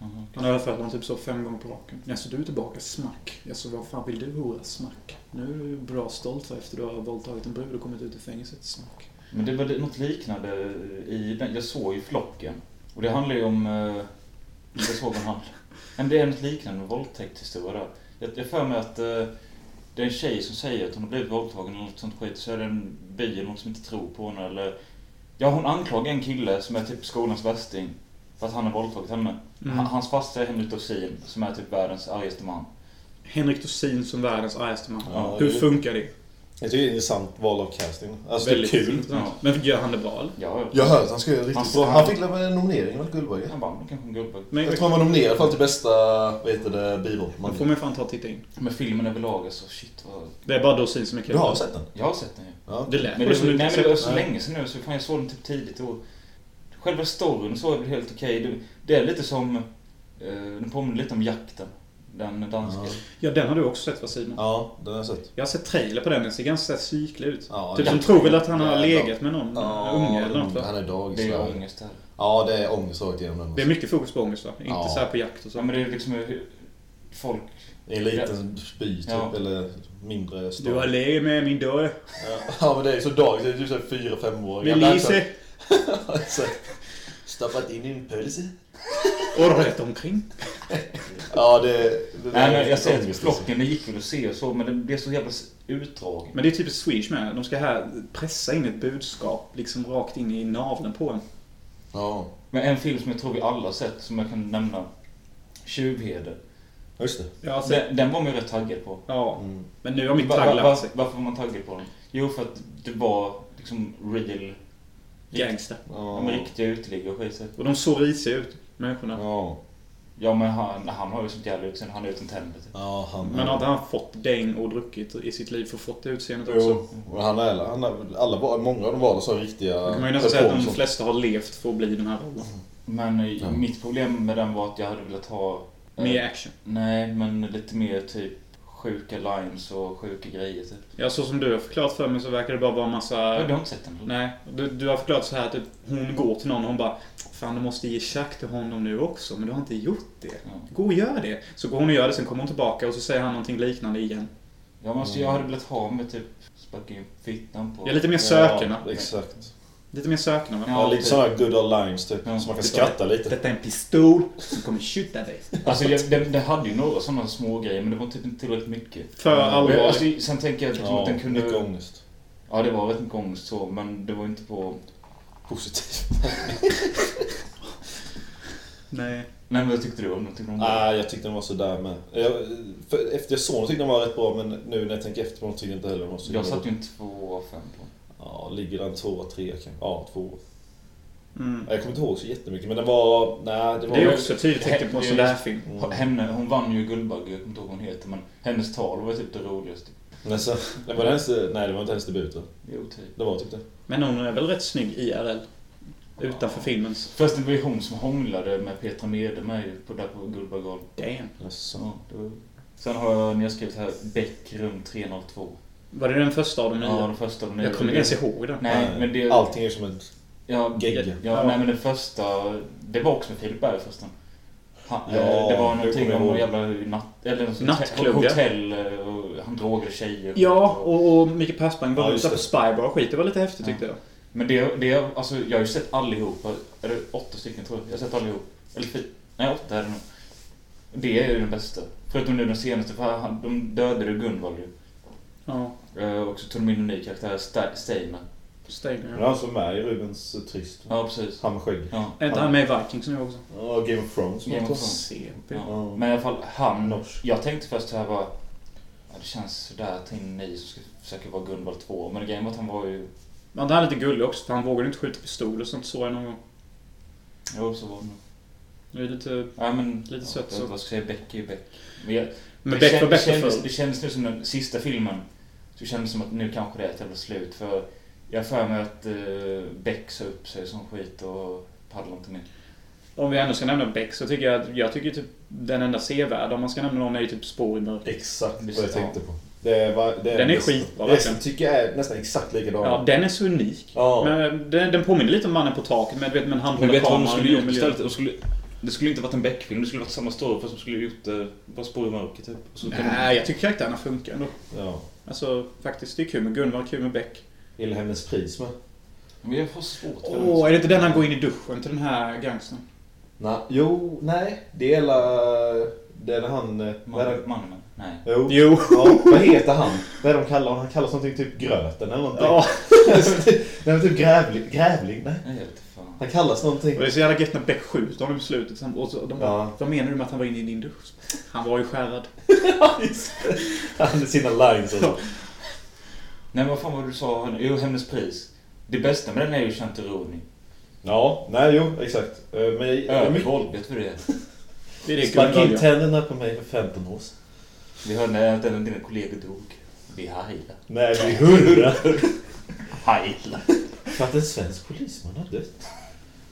Speaker 3: Aha,
Speaker 1: Han
Speaker 3: okej.
Speaker 1: örfilar honom typ så fem gånger på raken. Ja, så du är tillbaka, smack. Ja, så vad fan vill du hora, smack. Nu är du bra stolt va, efter du har våldtagit en brud och kommit ut ur fängelset, smack.
Speaker 3: Men det var li- något liknande i den. Jag såg ju Flocken. Och det handlar ju om... eh, Jag såg om han. Men det är något liknande med våldtäktshistoria där. Jag, jag för mig att eh, det är en tjej som säger att hon har blivit våldtagen eller något sånt skit. Så är det en by eller någon som inte tror på henne eller... Ja, hon anklagar en kille som är typ skolans värsting. För att han har våldtagit henne.
Speaker 1: Mm.
Speaker 3: Han- Hans farsa är Henrik Dorsin, som är typ världens argaste man.
Speaker 1: Henrik Dorsin som världens argaste man.
Speaker 2: Ja,
Speaker 1: Hur
Speaker 2: det-
Speaker 1: funkar det?
Speaker 2: Jag tycker det är ett intressant val av casting. Alltså det är kul.
Speaker 1: intressant.
Speaker 3: Ja.
Speaker 1: Men gör han det bra eller?
Speaker 3: Ja, ja.
Speaker 2: Jag hörde att han skulle göra
Speaker 3: Han-
Speaker 2: riktigt bra. Han fick väl en nominering av Guldbagge?
Speaker 3: Han vann kanske en Guldbagge.
Speaker 1: Men,
Speaker 2: Jag tror han var nominerad för allt det bästa, vad heter det, biroll.
Speaker 1: då får man fan ta och titta in.
Speaker 3: Men filmen överlag, alltså shit vad...
Speaker 1: Det är bara Dorsin som är kul.
Speaker 2: Du har sett den?
Speaker 3: Jag har sett den ju.
Speaker 2: Ja.
Speaker 1: Det lät
Speaker 3: Men det,
Speaker 1: som
Speaker 3: var,
Speaker 1: du
Speaker 3: nej, men
Speaker 1: inte
Speaker 3: det var
Speaker 1: sett.
Speaker 3: så
Speaker 2: Nej.
Speaker 3: länge sedan nu så fan, jag såg den typ tidigt och Själva storyn så är väl helt okej. Det, det är lite som... Eh, den påminner lite om Jakten. Den danska.
Speaker 2: Ja.
Speaker 1: Ja, den har du också sett va Simon?
Speaker 2: Ja, den har jag sett.
Speaker 1: Jag har sett trailer på den, den ser ganska syklig ut.
Speaker 2: Ja,
Speaker 1: typ
Speaker 2: ja.
Speaker 1: som tror väl att han har
Speaker 2: Ja,
Speaker 1: legat med någon unge eller något va?
Speaker 2: Han är
Speaker 3: Det är ju
Speaker 2: dagislärare.
Speaker 3: ångest där.
Speaker 2: Ja, det är ångest rakt igenom den.
Speaker 1: Det är mycket fokus på ångest va? Inte
Speaker 2: Ja.
Speaker 1: så här på jakt och så.
Speaker 3: Ja, men det är liksom hur folk...
Speaker 2: I en liten by typ,
Speaker 3: Ja.
Speaker 2: eller mindre
Speaker 1: Du har
Speaker 2: stad.
Speaker 1: legat med min dörr.
Speaker 2: Ja, men det är så dagis. Det är typ såhär fyra, fem år
Speaker 1: Med Lise.
Speaker 2: alltså- Stoppat in i en pölse.
Speaker 1: Och rört omkring.
Speaker 2: Ja, det... det
Speaker 3: Nej, men jag
Speaker 2: riktigt
Speaker 3: ser att
Speaker 2: ångest,
Speaker 3: flocken, det gick väl att se och så, men det blev så jävla s- utdragen.
Speaker 1: Men det är typiskt Swedish med. De ska här pressa in ett budskap liksom rakt in i naveln på en.
Speaker 2: alltså. Ja,
Speaker 3: Men en film som jag tror vi alla har sett, som jag kan nämna. Tjuvheder.
Speaker 2: just det.
Speaker 1: Ja, alltså,
Speaker 3: Den, den var man ju rätt taggad på.
Speaker 1: ja.
Speaker 2: Mm.
Speaker 1: men nu har mitt
Speaker 3: Va- va-
Speaker 1: tagg
Speaker 3: va-
Speaker 1: lagt sig.
Speaker 3: Varför var man taggad på den? Jo, för att det var liksom real...
Speaker 1: Gangster.
Speaker 2: Ja.
Speaker 3: Ja, men riktiga uteliggare och skit. så-
Speaker 1: Och de såg risiga ut, människorna.
Speaker 2: Ja.
Speaker 3: Ja, men han, han har ju sånt jävla utseende. Han är utan tänder. typ.
Speaker 2: Ja, han...
Speaker 1: Men har inte han fått däng och druckit i sitt liv för att fått det utseendet också?
Speaker 2: Jo, och han är... Han är alla, var- många av dem var då så riktiga...
Speaker 1: Då kan man ju nästan säga att de
Speaker 2: performers.
Speaker 1: flesta har levt för att bli den här rollen.
Speaker 3: Men eh,
Speaker 2: Ja.
Speaker 3: mitt problem med den var att jag hade velat ha... eh,
Speaker 2: Mm.
Speaker 1: Mer action.
Speaker 3: Nej, men lite mer typ sjuka lines och sjuka grejer typ.
Speaker 1: Ja, så som du har förklarat för mig så verkar det bara vara en massa...
Speaker 3: Ja. Du har inte sett den? eller?
Speaker 1: Nej, du, du har förklarat så här typ, hon går till någon och hon bara Fan, du måste ge tjack till honom nu också, men du har inte gjort det.
Speaker 3: Ja.
Speaker 1: Gå och gör det. Så går hon och gör det, sen kommer hon tillbaka och så säger han någonting liknande igen.
Speaker 3: Ja, men alltså, jag hade velat ha med typ sparka in fittan på...
Speaker 1: Ja, lite mer liksom. sökande.
Speaker 2: Ja, exakt.
Speaker 1: Lite mer sökande. va?
Speaker 3: Ja.
Speaker 2: Ja, lite sådana här good old lines typ.
Speaker 3: Ja.
Speaker 2: Så man kan skratta lite.
Speaker 1: Detta är en pistol som kommer skjuta dig.
Speaker 3: Alltså, jag, det, det hade ju några sådana små grejer men det var typ inte tillräckligt mycket.
Speaker 1: För
Speaker 3: Men,
Speaker 1: allvarligt.
Speaker 3: alltså, sen tänker jag liksom
Speaker 2: Ja,
Speaker 3: att den kunde...
Speaker 2: mycket ångest.
Speaker 3: Ja, det var rätt mycket ångest så, men det var inte på...
Speaker 2: Positivt.
Speaker 1: Nej.
Speaker 3: Nej men vad tyckte du om den? Tyckte du om
Speaker 1: Mm.
Speaker 3: den?
Speaker 2: Nej, jag tyckte den var sådär med. Jag, för, efter jag såg den tyckte den var rätt bra, men nu när jag tänker efter på den tyckte jag inte heller den var så
Speaker 3: jag
Speaker 2: jävla
Speaker 3: satte
Speaker 2: bra.
Speaker 3: ju en 2 av 5 på den.
Speaker 2: Ja, ligger den tvåa, trea kanske? Ja, tvåa.
Speaker 1: Mm.
Speaker 2: Jag kommer inte ihåg så jättemycket, men den var... Nej, det var...
Speaker 1: Det är också ett tydligt tecken på en sån där film.
Speaker 2: Mm.
Speaker 3: Henne, hon vann ju Guldbagge, jag kommer inte ihåg vad hon heter, men hennes tal var typ det roligaste.
Speaker 2: Men så, det var hennes, nej, det var inte hennes debut va?
Speaker 3: Jo, typ.
Speaker 2: Det var typ det.
Speaker 1: Men hon är väl rätt snygg IRL? Utanför filmens.
Speaker 3: Förresten, det var ju hon som hånglade med Petra Mede med ju på, där på Guldbaggegalan.
Speaker 1: Damn.
Speaker 2: Jaså.
Speaker 3: Ja, det var... Sen har jag nedskrivit här Beck rum 302.
Speaker 1: Var det den första av de nya?
Speaker 3: Ja, den första av de nya.
Speaker 1: jag kommer inte ens ihåg den.
Speaker 3: Nej, men det...
Speaker 2: Allting är som en
Speaker 3: Ja,
Speaker 2: gegga.
Speaker 3: Ja, nej men den första... Det var också med Filip Berg förresten. Han,
Speaker 2: Ja,
Speaker 3: eh, det var
Speaker 2: nu kommer
Speaker 3: någonting
Speaker 2: jag
Speaker 3: om någon
Speaker 2: ihåg.
Speaker 3: jävla natt... Eller någon sån-
Speaker 1: Nattklubb, ja.
Speaker 3: Hotell eh, och han drogade tjejer.
Speaker 1: Ja, och, och Mikael Persbrandt var
Speaker 2: Ja,
Speaker 1: ja,
Speaker 2: just
Speaker 1: ute på
Speaker 2: det.
Speaker 1: Spybar och skit. Det var lite häftigt tyckte jag.
Speaker 3: Men det, det, alltså jag har ju sett allihopa. Är det åtta stycken tror jag? Jag har sett allihop. Eller fy- Nej, åtta är det nog. Det är ju den bästa. Förutom nu den senaste, för han, de dödade ju Gunvald ju.
Speaker 1: Ja,
Speaker 3: Eh, Och så tog de in en ny karaktär, Sta- Steiner.
Speaker 2: Men
Speaker 1: Steiner.
Speaker 2: han som är med i Rubens eh, trist.
Speaker 3: Ja, precis.
Speaker 2: Han med skägg.
Speaker 3: Ja.
Speaker 1: Är inte han med i Vikings nu också?
Speaker 2: Ja, Game of Thrones.
Speaker 3: Game of Thrones.
Speaker 1: CP.
Speaker 3: Ja.
Speaker 2: Ja.
Speaker 3: Men i alla fall han.
Speaker 2: Norsk.
Speaker 3: Jag tänkte först så här bara... Ja, det känns sådär att ta in en ny som ska försöka vara Gunvald 2. Men grejen var att han var ju...
Speaker 1: Men han är lite gullig också för han vågade inte skjuta pistol och sånt såg jag någon gång.
Speaker 3: Jo, så var det nog.
Speaker 1: Det är lite...
Speaker 3: Ja, men...
Speaker 1: Lite
Speaker 3: ja,
Speaker 1: sött
Speaker 3: vad-
Speaker 1: så.
Speaker 3: Vad ska jag säga? Beck är ju Beck. Men jag,
Speaker 1: Men
Speaker 3: det,
Speaker 1: Beck var
Speaker 3: kän- det,
Speaker 1: bättre
Speaker 3: kändes,
Speaker 1: förr.
Speaker 3: det kändes nu som den sista filmen. Så det kändes som att nu kanske det är ett jävla slut. För jag har för mig att eh, Beck sa upp sig som skit och paddlade inte mer.
Speaker 1: Om vi ändå ska nämna Beck så tycker jag att jag tycker typ den enda sevärda om man ska nämna någon är ju typ Spår i mörker.
Speaker 2: Exakt vad
Speaker 3: Visst,
Speaker 2: jag
Speaker 3: ja.
Speaker 2: tänkte på. Det var, det
Speaker 1: Den är
Speaker 2: nästan-
Speaker 1: skitbra,
Speaker 2: det
Speaker 1: verkligen.
Speaker 2: tycker jag är nästan exakt likadan.
Speaker 1: Ja, den är så unik.
Speaker 2: Ja.
Speaker 1: Men eh, den, den påminner lite om Mannen på taket med, du vet, med en
Speaker 3: Men
Speaker 1: handhållen
Speaker 3: vet du vad de
Speaker 1: kamera
Speaker 3: skulle
Speaker 1: i en
Speaker 3: gjort
Speaker 1: miljö.
Speaker 3: istället? De skulle, det skulle inte varit en Beck-film, det skulle varit samma story fast de skulle gjort eh, bara spår i mörker typ. Och så kan
Speaker 1: Nej, jag tycker karaktärerna funkar ändå.
Speaker 2: ja.
Speaker 1: Alltså faktiskt, det är kul med Gunvald, kul med Beck.
Speaker 2: Gillar hennes pris med.
Speaker 3: de, men jag får svårt för
Speaker 1: Åh, är det inte den han går in i duschen till den här gangstern?
Speaker 2: Nej. Jo, nej. Det är hela... Det är när han... eh,
Speaker 3: det.
Speaker 2: Vad är det?
Speaker 3: Man, man, man. Nej.
Speaker 2: Jo.
Speaker 1: Jo.
Speaker 2: Ja, vad heter han? Vad är de kallar honom? Han kallas någonting typ Gröten eller någonting.
Speaker 1: Ja,
Speaker 2: nej men typ Grävling. Grävling? Nej.
Speaker 3: Nej, jag vet inte fan.
Speaker 2: Han kallas någonting.
Speaker 1: och det är så jävla gött när Beck skjuter honom i slutet. sen- Och så, de bara,
Speaker 2: Ja.
Speaker 1: Vad menar du med att han var inne i din dusch? Han var ju skärrad.
Speaker 2: Han med sina lines och så.
Speaker 3: Nej, vad fan var det du sa? Jo, Hämndens pris. Det bästa med den är ju Chanteroni.
Speaker 2: Ja, nej jo, exakt. Eh, Men jag, jag, mycket-
Speaker 3: Övervåld, vet vi det?
Speaker 1: Det är det
Speaker 2: Sparka
Speaker 1: Gunvald
Speaker 2: in
Speaker 1: gör.
Speaker 2: tänderna på mig för 15 år sedan.
Speaker 3: Vi hörde att en av dina kollegor dog. Vi hajlade.
Speaker 2: Nej, vi hurra
Speaker 3: Hajla.
Speaker 2: för att en svensk polisman har dött.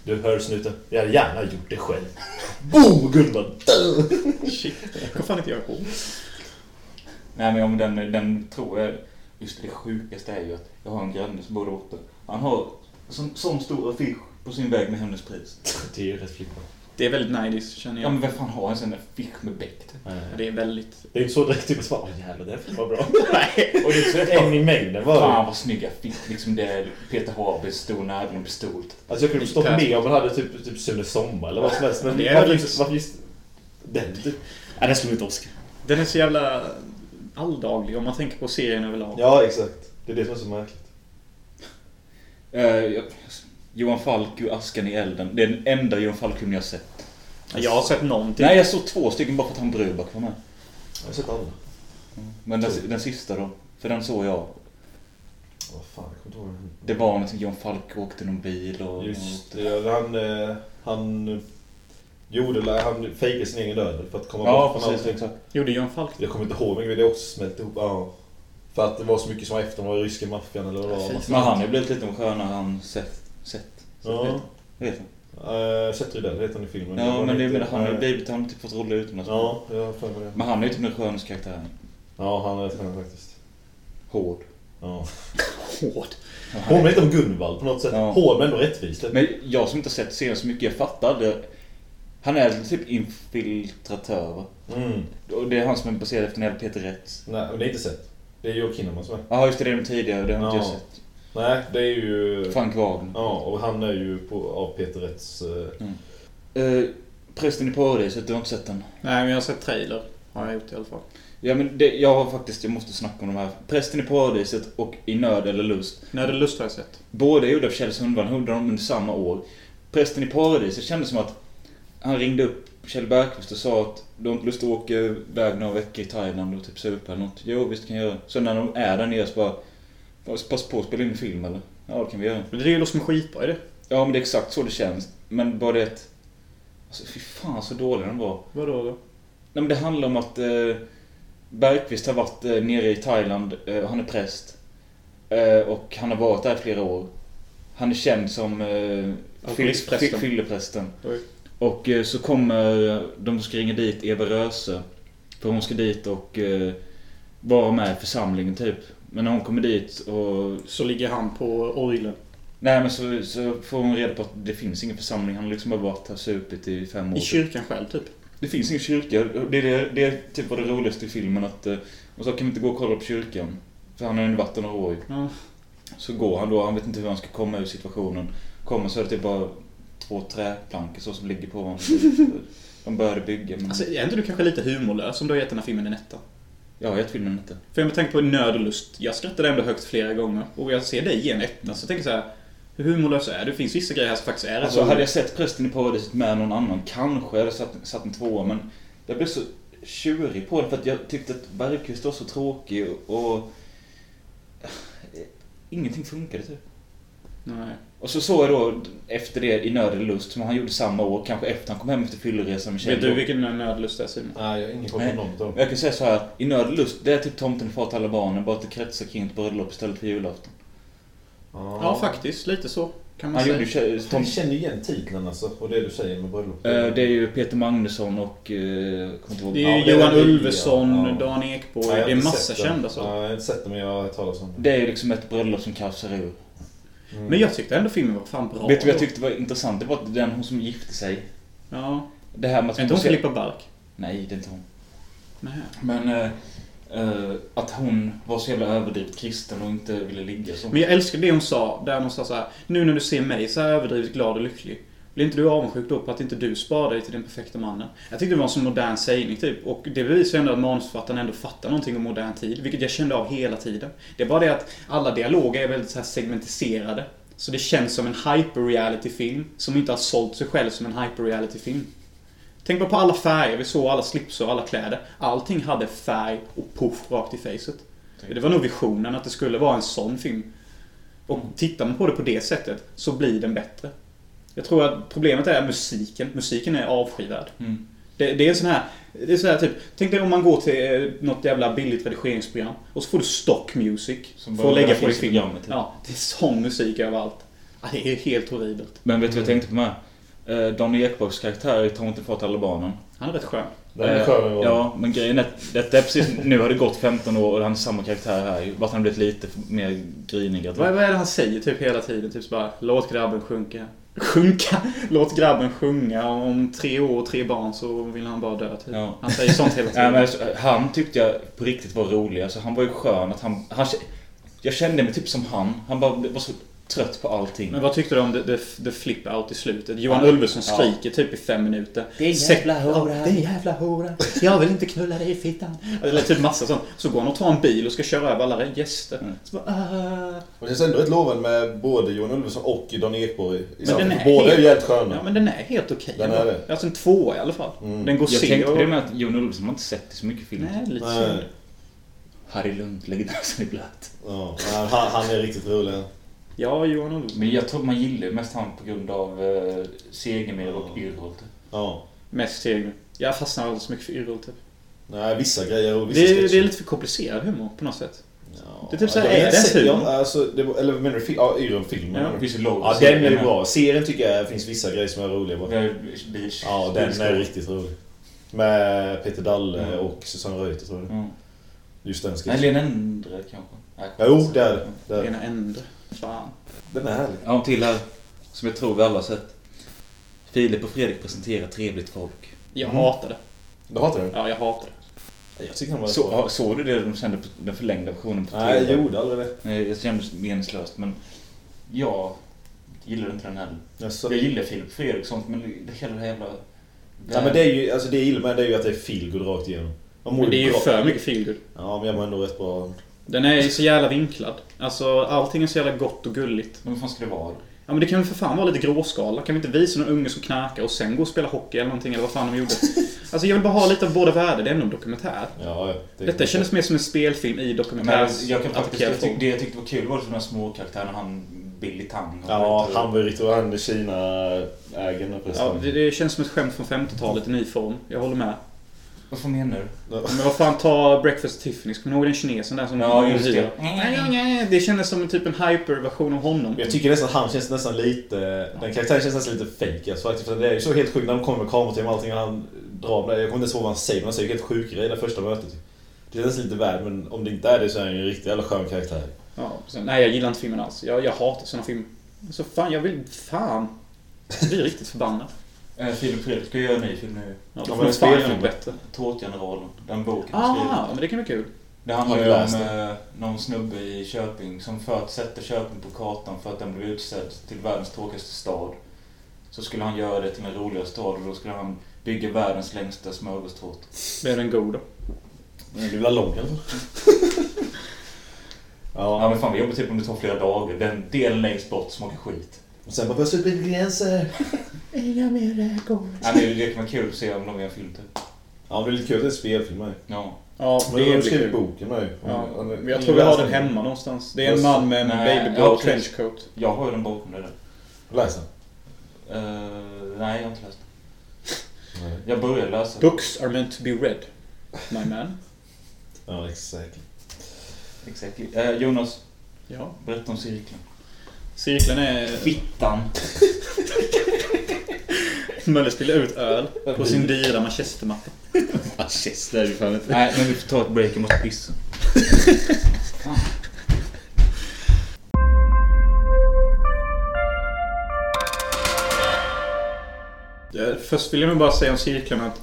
Speaker 2: Du hör snuten, jag hade gärna gjort det själv. Boom, Gunvald!
Speaker 1: Shit, det kommer fan inte jag ihåg.
Speaker 3: Nej men om den, den tror jag, just det sjukaste är ju att jag har en granne som bor där borta. Han har sån, sån stor affisch på sin väg med Hämndens pris.
Speaker 2: Det är ju rätt flippat.
Speaker 1: Det är väldigt 90s känner
Speaker 3: Ja
Speaker 1: jag.
Speaker 3: men vem fan har en sån affisch med Beck typ?
Speaker 1: Ja, Det är väldigt...
Speaker 2: Det är inte så direkt typ att svara, åh jävlar, den filmen var bra.
Speaker 1: Nej.
Speaker 3: Och det är så rätt
Speaker 2: En
Speaker 3: bara,
Speaker 2: i mängden var
Speaker 3: Fan
Speaker 2: det.
Speaker 3: vad snygg affisch liksom. Det är Peter Haber stor näve med en pistol.
Speaker 2: Alltså jag kunde förstått med om man hade typ, typ Sune Sommar eller vad som helst. Men
Speaker 1: Det är
Speaker 2: varför
Speaker 1: lite-
Speaker 2: just, varför just den typ?
Speaker 4: Nej, den skulle inte Oscar.
Speaker 1: Den är så jävla alldaglig om man tänker på serien överlag.
Speaker 2: Ja, exakt. Det är det som är så märkligt.
Speaker 3: Eh, Johan Falk ur askan i elden. Det är den enda Johan Falk-filmen jag har sett.
Speaker 1: Jag har sett någonting.
Speaker 3: Nej jag såg två stycken bara för att han Bruback var med.
Speaker 2: Jag har sett alla. Mm.
Speaker 3: Men den, den sista då. För den såg jag.
Speaker 2: Vad fan, jag kommer inte ihåg.
Speaker 3: Det var någonting Johan Falk åkte någon bil och...
Speaker 2: Just det, ja, han... eh, Han... eh, Gjorde, eller han fejkade sin egen död för att komma
Speaker 3: Ja
Speaker 2: bort från
Speaker 3: precis.
Speaker 2: allting.
Speaker 3: exakt.
Speaker 1: Gjorde John Falk
Speaker 2: Jag kommer inte ihåg, men det är också smält ihop. Ja. För att det var så mycket som var efter, det var ryska maffian eller vad det var.
Speaker 1: Fy
Speaker 3: Men han har ju blivit lite av en stjärna, han sett. Sett.
Speaker 2: Ja.
Speaker 3: Vet han.
Speaker 2: Uh, Seth Rydell heter han i filmen.
Speaker 3: Ja,
Speaker 2: var
Speaker 3: men det
Speaker 2: lite-
Speaker 3: menar han har ju
Speaker 2: eh,
Speaker 3: blivit, han har typ fått roller utomlands.
Speaker 2: Ja, jag har för mig det.
Speaker 3: Men han är ju typ den skönaste karaktären.
Speaker 2: Ja, han är skön faktiskt.
Speaker 3: Hård.
Speaker 2: Ja.
Speaker 1: hård.
Speaker 2: Påminner lite om Gunvald på något sätt.
Speaker 3: Ja.
Speaker 2: Hård men ändå rättvis. lite.
Speaker 3: Men jag som inte har sett serien så mycket, jag fattar det. Han är typ infiltratör va?
Speaker 2: Mm.
Speaker 3: Och det är han som är baserad efter när Peter Rätts.
Speaker 2: Nej, men det är inte Seth. Det är Joe Kinnaman som är.
Speaker 3: Jaha just det, det är de tidigare, det har inte
Speaker 2: Ja.
Speaker 3: jag sett.
Speaker 2: Nej, det är ju...
Speaker 3: Frank Wagner.
Speaker 2: Ja, och han är ju på, av Peter Rätts... eh,
Speaker 3: Eh, Prästen i paradiset, du har inte sett den?
Speaker 1: Nej, men jag har sett trailer. Har jag gjort i alla fall.
Speaker 3: Ja men det, jag har faktiskt, jag måste snacka om de här. Prästen i paradiset och I nöd eller lust.
Speaker 1: När det lust har jag sett.
Speaker 3: Båda är gjorda av Kjell Sundvall, gjorde de under samma år. Prästen i paradiset kändes som att han ringde upp Kjell Bergqvist och sa att de har inte lust att åka iväg några veckor i Thailand och typ supa eller något. Jo, visst kan jag göra. Sen när de är där nere så bara... "Pass- Passa på att spela in en film eller? Ja, det kan vi göra.
Speaker 1: Men det låter som en skitbra idé.
Speaker 3: Ja, men det är exakt så det känns. Men bara det att... Alltså fy fan så dålig den var.
Speaker 1: Vadå då?
Speaker 3: Nej men det handlar om att eh, Bergqvist har varit eh, nere i Thailand, eh, han är präst. Eh, och han har varit där i flera år. Han är känd som eh, fyll-
Speaker 1: Alkoholistprästen.
Speaker 3: fyll- fylleprästen.
Speaker 1: Oj.
Speaker 3: Och eh, så kommer, de ska ringa dit Eva Röse. För hon ska dit och eh, vara med i församlingen typ. Men när hon kommer dit och
Speaker 1: Så ligger han på orgeln.
Speaker 3: Nej men så, så får hon reda på att det finns ingen församling. Han har liksom bara varit här supit i fem år.
Speaker 1: I kyrkan själv typ.
Speaker 3: Det finns ingen kyrka. Det är, det, det är typ vad det roligaste i filmen att... eh, Och så kan vi inte gå och kolla på kyrkan. För han har ju ändå varit där några år ju.
Speaker 1: Ja.
Speaker 3: Så går han då, han vet inte hur han ska komma ur situationen. Kommer så är det typ bara två träplankor så som ligger på honom. De började bygga men...
Speaker 1: Alltså är inte du kanske lite humorlös om du har gett den här filmen en etta?
Speaker 3: Jag har gett filmen inte.
Speaker 1: För jag tänker på Nöd och lust. Jag skrattade ändå högt flera gånger. Och jag ser dig ge en etta. Så jag tänker så här. Hur humorlös är du? Det finns vissa grejer här som faktiskt är
Speaker 3: Alltså hade
Speaker 1: roliga.
Speaker 3: jag sett Prästen i paradiset med någon annan kanske jag hade satt, satt en tvåa men jag blev så tjurig på det för att jag tyckte att Bergqvist var så tråkig och... och ingenting funkade typ.
Speaker 1: Nej.
Speaker 3: Och så såg jag då efter det i Nöd eller lust som han gjorde samma år, kanske efter han kom hem efter fylleresan med Kjell.
Speaker 1: Vet du vilken Nöd och lust är Simon?
Speaker 2: Nej, jag har ingen koll
Speaker 3: Nej.
Speaker 2: på något av
Speaker 3: Men
Speaker 2: dem.
Speaker 3: Jag kan säga så här, i Nöd eller lust, det är typ Tomten är far till alla barnen, bara att det kretsar kring ett bröllop istället för julafton.
Speaker 1: Ja, faktiskt. Lite så. Kan man
Speaker 3: Han
Speaker 1: säga.
Speaker 3: gjorde ju Kjell-
Speaker 2: Jag
Speaker 3: Tom,
Speaker 2: känner ju igen titeln alltså, och det du säger med bröllop.
Speaker 3: eh, det är ju Peter Magnusson och... eh, jag kommer inte ihåg-
Speaker 1: Det
Speaker 2: Ja,
Speaker 1: är
Speaker 2: det är
Speaker 1: Johan
Speaker 2: det.
Speaker 1: Ulveson,
Speaker 2: Ja.
Speaker 1: Dan Ekborg.
Speaker 2: Nej, jag har
Speaker 1: det är
Speaker 2: inte
Speaker 1: massa
Speaker 2: sett den.
Speaker 1: kända så.
Speaker 2: Ja, jag har inte sett den, men jag har hört talas om den.
Speaker 3: Det är ju liksom ett bröllop som kaosar ur.
Speaker 2: Mm.
Speaker 1: Men jag tyckte ändå filmen var fan bra.
Speaker 3: Vet du vad jag
Speaker 1: då.
Speaker 3: tyckte Alltså, var intressant? Det var att den hon som gifte sig.
Speaker 1: Ja.
Speaker 3: Det här med att
Speaker 1: Är inte hon
Speaker 3: ser-
Speaker 1: Filippa Bark?
Speaker 3: Nej, det är inte hon.
Speaker 1: Nej.
Speaker 3: Men eh, eh, att hon var så jävla överdrivet kristen och inte ville ligga så.
Speaker 1: Men jag älskar det hon sa, där hon sa så här. Nu när du ser mig så här överdrivet glad och lycklig. Blir inte du avundsjuk då på att inte du sparar dig till den perfekta mannen? Jag tyckte det var en sån modern sägning typ. Och det bevisar ju ändå att manusförfattaren ändå fattar någonting om modern tid. Vilket jag kände av hela tiden. Det är bara det att alla dialoger är väldigt så här segmentiserade. Så det känns som en hyper-reality-film som inte har sålt sig själv som en hyper-reality-film. Tänk bara på alla färger vi såg, alla slips och alla kläder. Allting hade färg och puff rakt i facet. Det var nog visionen att det skulle vara en sån film. Och tittar man på det på det sättet så blir den bättre. Jag tror att problemet är musiken. Musiken är avskyvärd.
Speaker 3: Mm.
Speaker 1: Det, det är en sån här... Det är så här typ, tänk dig om man går till eh, något jävla billigt redigeringsprogram och så får du stock music.
Speaker 3: Som
Speaker 1: för
Speaker 3: bara
Speaker 1: att lägga på
Speaker 3: finns
Speaker 1: i
Speaker 3: i
Speaker 1: filmen.
Speaker 3: programmet, typ.
Speaker 1: Ja, det är sån musik överallt. Ja, Det är helt horribelt.
Speaker 3: Men vet du vad jag tänkte på med? Eh, Donny Ekborgs karaktär i Tomten far till alla barnen.
Speaker 1: Han är rätt skön.
Speaker 2: Den är
Speaker 3: Eh,
Speaker 2: skön att vara.
Speaker 3: Ja, men grejen är att detta är precis... Nu har det gått 15 år och han är samma karaktär här ju. Bara att han blivit lite mer grinig. att-
Speaker 1: Vad, vad är det han säger typ hela tiden? Typ så bara, låt grabben sjunka. Sjunka? Låt grabben sjunga. Om tre år och tre barn så vill han bara dö typ.
Speaker 3: Ja.
Speaker 1: Han säger sånt hela
Speaker 3: Nej,
Speaker 1: tiden.
Speaker 3: men alltså, han tyckte jag på riktigt var rolig. Alltså, han var ju skön. Att han, han, jag kände mig typ som han. Han bara var så trött på allting.
Speaker 1: Men vad tyckte du om the, the, the flip out i slutet? Johan
Speaker 3: Ja.
Speaker 1: Ulveson
Speaker 3: Ja.
Speaker 1: skriker typ i fem minuter.
Speaker 5: Det är en
Speaker 1: Sätt-
Speaker 5: jävla hora.
Speaker 1: Ja, Det är en jävla hora. Jag vill inte knulla dig i fittan. Eller typ massa sånt. Så går han och tar en bil och ska köra över alla gäster.
Speaker 3: Mm.
Speaker 1: Så bara, ah.
Speaker 2: Och det känns ändå rätt lovande med både Johan Ulveson och Dan Ekborg. i
Speaker 1: Men
Speaker 2: samma-
Speaker 1: den är
Speaker 2: Båda är ju
Speaker 1: helt-
Speaker 2: jävligt sköna.
Speaker 1: Ja men den är helt okej.
Speaker 2: Den är det.
Speaker 1: Alltså en tvåa i alla fall.
Speaker 2: Mm.
Speaker 1: Den går
Speaker 3: jag
Speaker 1: se
Speaker 3: tänkte på det
Speaker 1: och...
Speaker 3: med att Jon Olsson har inte sett i så mycket film.
Speaker 1: Nej, lite synd.
Speaker 2: Nej.
Speaker 3: Harry Lund, legendarsen i blöt.
Speaker 2: Ja, nej, han, han är riktigt rolig.
Speaker 1: Ja, Johan Ulveson.
Speaker 3: Men jag tror man gillar ju mest han på grund av eh, Segemyhr och
Speaker 2: Ja.
Speaker 3: Yrholt.
Speaker 2: Ja.
Speaker 1: Mest Tegner. Jag fastnar alldeles mycket för Yrrol typ.
Speaker 2: Nej, vissa grejer och vissa
Speaker 1: Det är,
Speaker 2: sketcher.
Speaker 1: det är lite för komplicerad humor på något sätt.
Speaker 2: Ja,
Speaker 1: det är typ såhär,
Speaker 2: jag
Speaker 1: är det en
Speaker 2: ser-
Speaker 1: film?
Speaker 2: ja, alltså, det var, Eller menar du film? Ja, ur en film.
Speaker 1: Ja,
Speaker 2: menar du?
Speaker 3: Det finns ju logo.
Speaker 2: Ja, den är ju bra. Serien tycker jag finns vissa grejer som är roliga bara.
Speaker 3: Beach.
Speaker 2: Ja, den är riktigt rolig. Med Peter Dalle
Speaker 3: Mm.
Speaker 2: och Susanne Reuter tror jag.
Speaker 3: Mm.
Speaker 2: Just den sketchen.
Speaker 3: Eller en ändre kanske. Nej,
Speaker 2: Ja, Jo, det är det. det. är det.
Speaker 1: Ena ände. Fan.
Speaker 2: Den är härlig.
Speaker 3: Ja, en till här. Som jag tror vi alla har sett. Filip och Fredrik presenterar trevligt folk.
Speaker 1: Jag
Speaker 2: Mm.
Speaker 1: hatar det.
Speaker 2: Du hatar den?
Speaker 1: Ja, jag hatar det.
Speaker 2: Jag tycker den var
Speaker 3: Så,
Speaker 2: så.
Speaker 3: ja, såg du det de sände på den förlängda versionen på
Speaker 2: Nej,
Speaker 3: TV?
Speaker 2: jag gjorde aldrig det.
Speaker 3: Nej, Eh, Jag kände det meningslöst men jag gillar inte den heller.
Speaker 2: Jaså?
Speaker 3: Jag gillar Filip Fredrik och sånt men det hela det här jävla...
Speaker 2: Ja, men det är ju, alltså det jag gillar med det är ju att det är feelgood rakt igenom. Man mår
Speaker 1: Men det är ju
Speaker 2: bra.
Speaker 1: för mycket feelgood.
Speaker 2: Ja, men jag mår ändå rätt bra.
Speaker 1: Den är ju så jävla vinklad. Alltså, allting är så jävla gott och gulligt.
Speaker 3: Men vad fan ska det vara?
Speaker 1: Ja men det kan väl för fan vara lite gråskala? Kan vi inte visa några unge som knarkar och sen gå och spela hockey eller någonting eller vad fan de gjorde? Alltså jag vill bara ha lite av båda världar, det är ändå en dokumentär.
Speaker 2: Ja, ja. Det-
Speaker 1: Detta kändes mer som en spelfilm i
Speaker 3: Men
Speaker 1: dokumentärs...
Speaker 3: jag kan faktiskt,
Speaker 1: applikation.
Speaker 3: jag tyck, det jag tyckte var kul var de här små karaktärerna. Han Billy Tang. och-
Speaker 2: Ja, han var ju riktigt... Han är Kina-ägaren
Speaker 1: Ja,
Speaker 2: förresten.
Speaker 1: det, det känns som ett skämt från 50-talet i ny form. Jag håller med.
Speaker 3: Vad menar du?
Speaker 1: Men vad fan, ta Breakfast at Tiffany's. Kommer ni ihåg den kinesen där som...
Speaker 3: Ja, just det.
Speaker 1: Nej, nej, nej. Det kändes som en typ en hyper-version av honom.
Speaker 2: Jag tycker nästan att han känns nästan lite... Den karaktären känns nästan lite fake alltså, faktiskt. För det är ju så helt sjukt när de kommer med kamerateam och allting och han drar med det. Jag kommer inte ens ihåg vad han säger men han säger ju helt sjuka grejer det första mötet. Det känns lite värd men om det inte är det så är han ju en riktigt jävla skön karaktär.
Speaker 1: Ja, sen, nej, jag gillar inte filmen alls. Jag, jag hatar såna filmer. Så fan, jag vill... Fan. Jag blir riktigt förbannad.
Speaker 3: Eh, Filip Fredrik ska göra en ny film nu.
Speaker 1: Ja,
Speaker 2: Ja,
Speaker 1: då
Speaker 2: men
Speaker 1: får de
Speaker 2: en
Speaker 1: fan göra
Speaker 2: spelfilm.
Speaker 1: något bättre.
Speaker 3: Tårtgeneralen. Den boken han skrev.
Speaker 1: Ah, men det kan bli kul.
Speaker 3: Det
Speaker 2: Har
Speaker 3: handlar
Speaker 2: du
Speaker 3: ju om
Speaker 2: läst
Speaker 3: eh, någon snubbe i Köping som för att sätta Köping på kartan för att den blev utsedd till världens tråkigaste stad. Så skulle han göra det till en roligare stad och då skulle han bygga världens längsta smörgåstårta.
Speaker 1: Blir den god då?
Speaker 2: Men du vill ha lång eller?
Speaker 3: Ja
Speaker 2: ja.
Speaker 3: men fan vi jobbar typ om det tar flera dagar. Den delen längst bort smakar skit.
Speaker 2: Och sen bara plötsligt blir det gränser. Inga mer regler.
Speaker 3: Nej men det kan vara kul att se om de gör en film till.
Speaker 2: Ja, det blir lite kul att det är spelfilm med.
Speaker 3: Ja.
Speaker 1: Ja,
Speaker 2: Men
Speaker 1: det
Speaker 2: du har
Speaker 1: blir
Speaker 2: skrivit
Speaker 1: kul.
Speaker 2: boken nu.
Speaker 1: Ja,
Speaker 2: Om- om-
Speaker 1: men jag tror vi har den hemma någonstans. Det är en man med en
Speaker 3: Nej,
Speaker 1: babyblå
Speaker 3: ja, precis.
Speaker 1: trenchcoat.
Speaker 3: Jag har ju den bakom det där.
Speaker 2: Läs den.
Speaker 3: Eh, nej jag har inte läst den.
Speaker 2: Nej.
Speaker 3: Jag började läsa den.
Speaker 1: Books are meant to be read, my man.
Speaker 2: Ja, exakt.
Speaker 3: Exactly. Eh, Jonas,
Speaker 1: Ja.
Speaker 3: berätta om cirkeln.
Speaker 1: Cirkeln är...
Speaker 3: Fittan.
Speaker 1: Mölle spiller ut öl på sin dyra manchestermatta.
Speaker 4: Manchester är det fan inte.
Speaker 3: nej men vi får ta ett break, jag måste pissa.
Speaker 1: Eh, Först vill jag nog bara säga om cirklarna att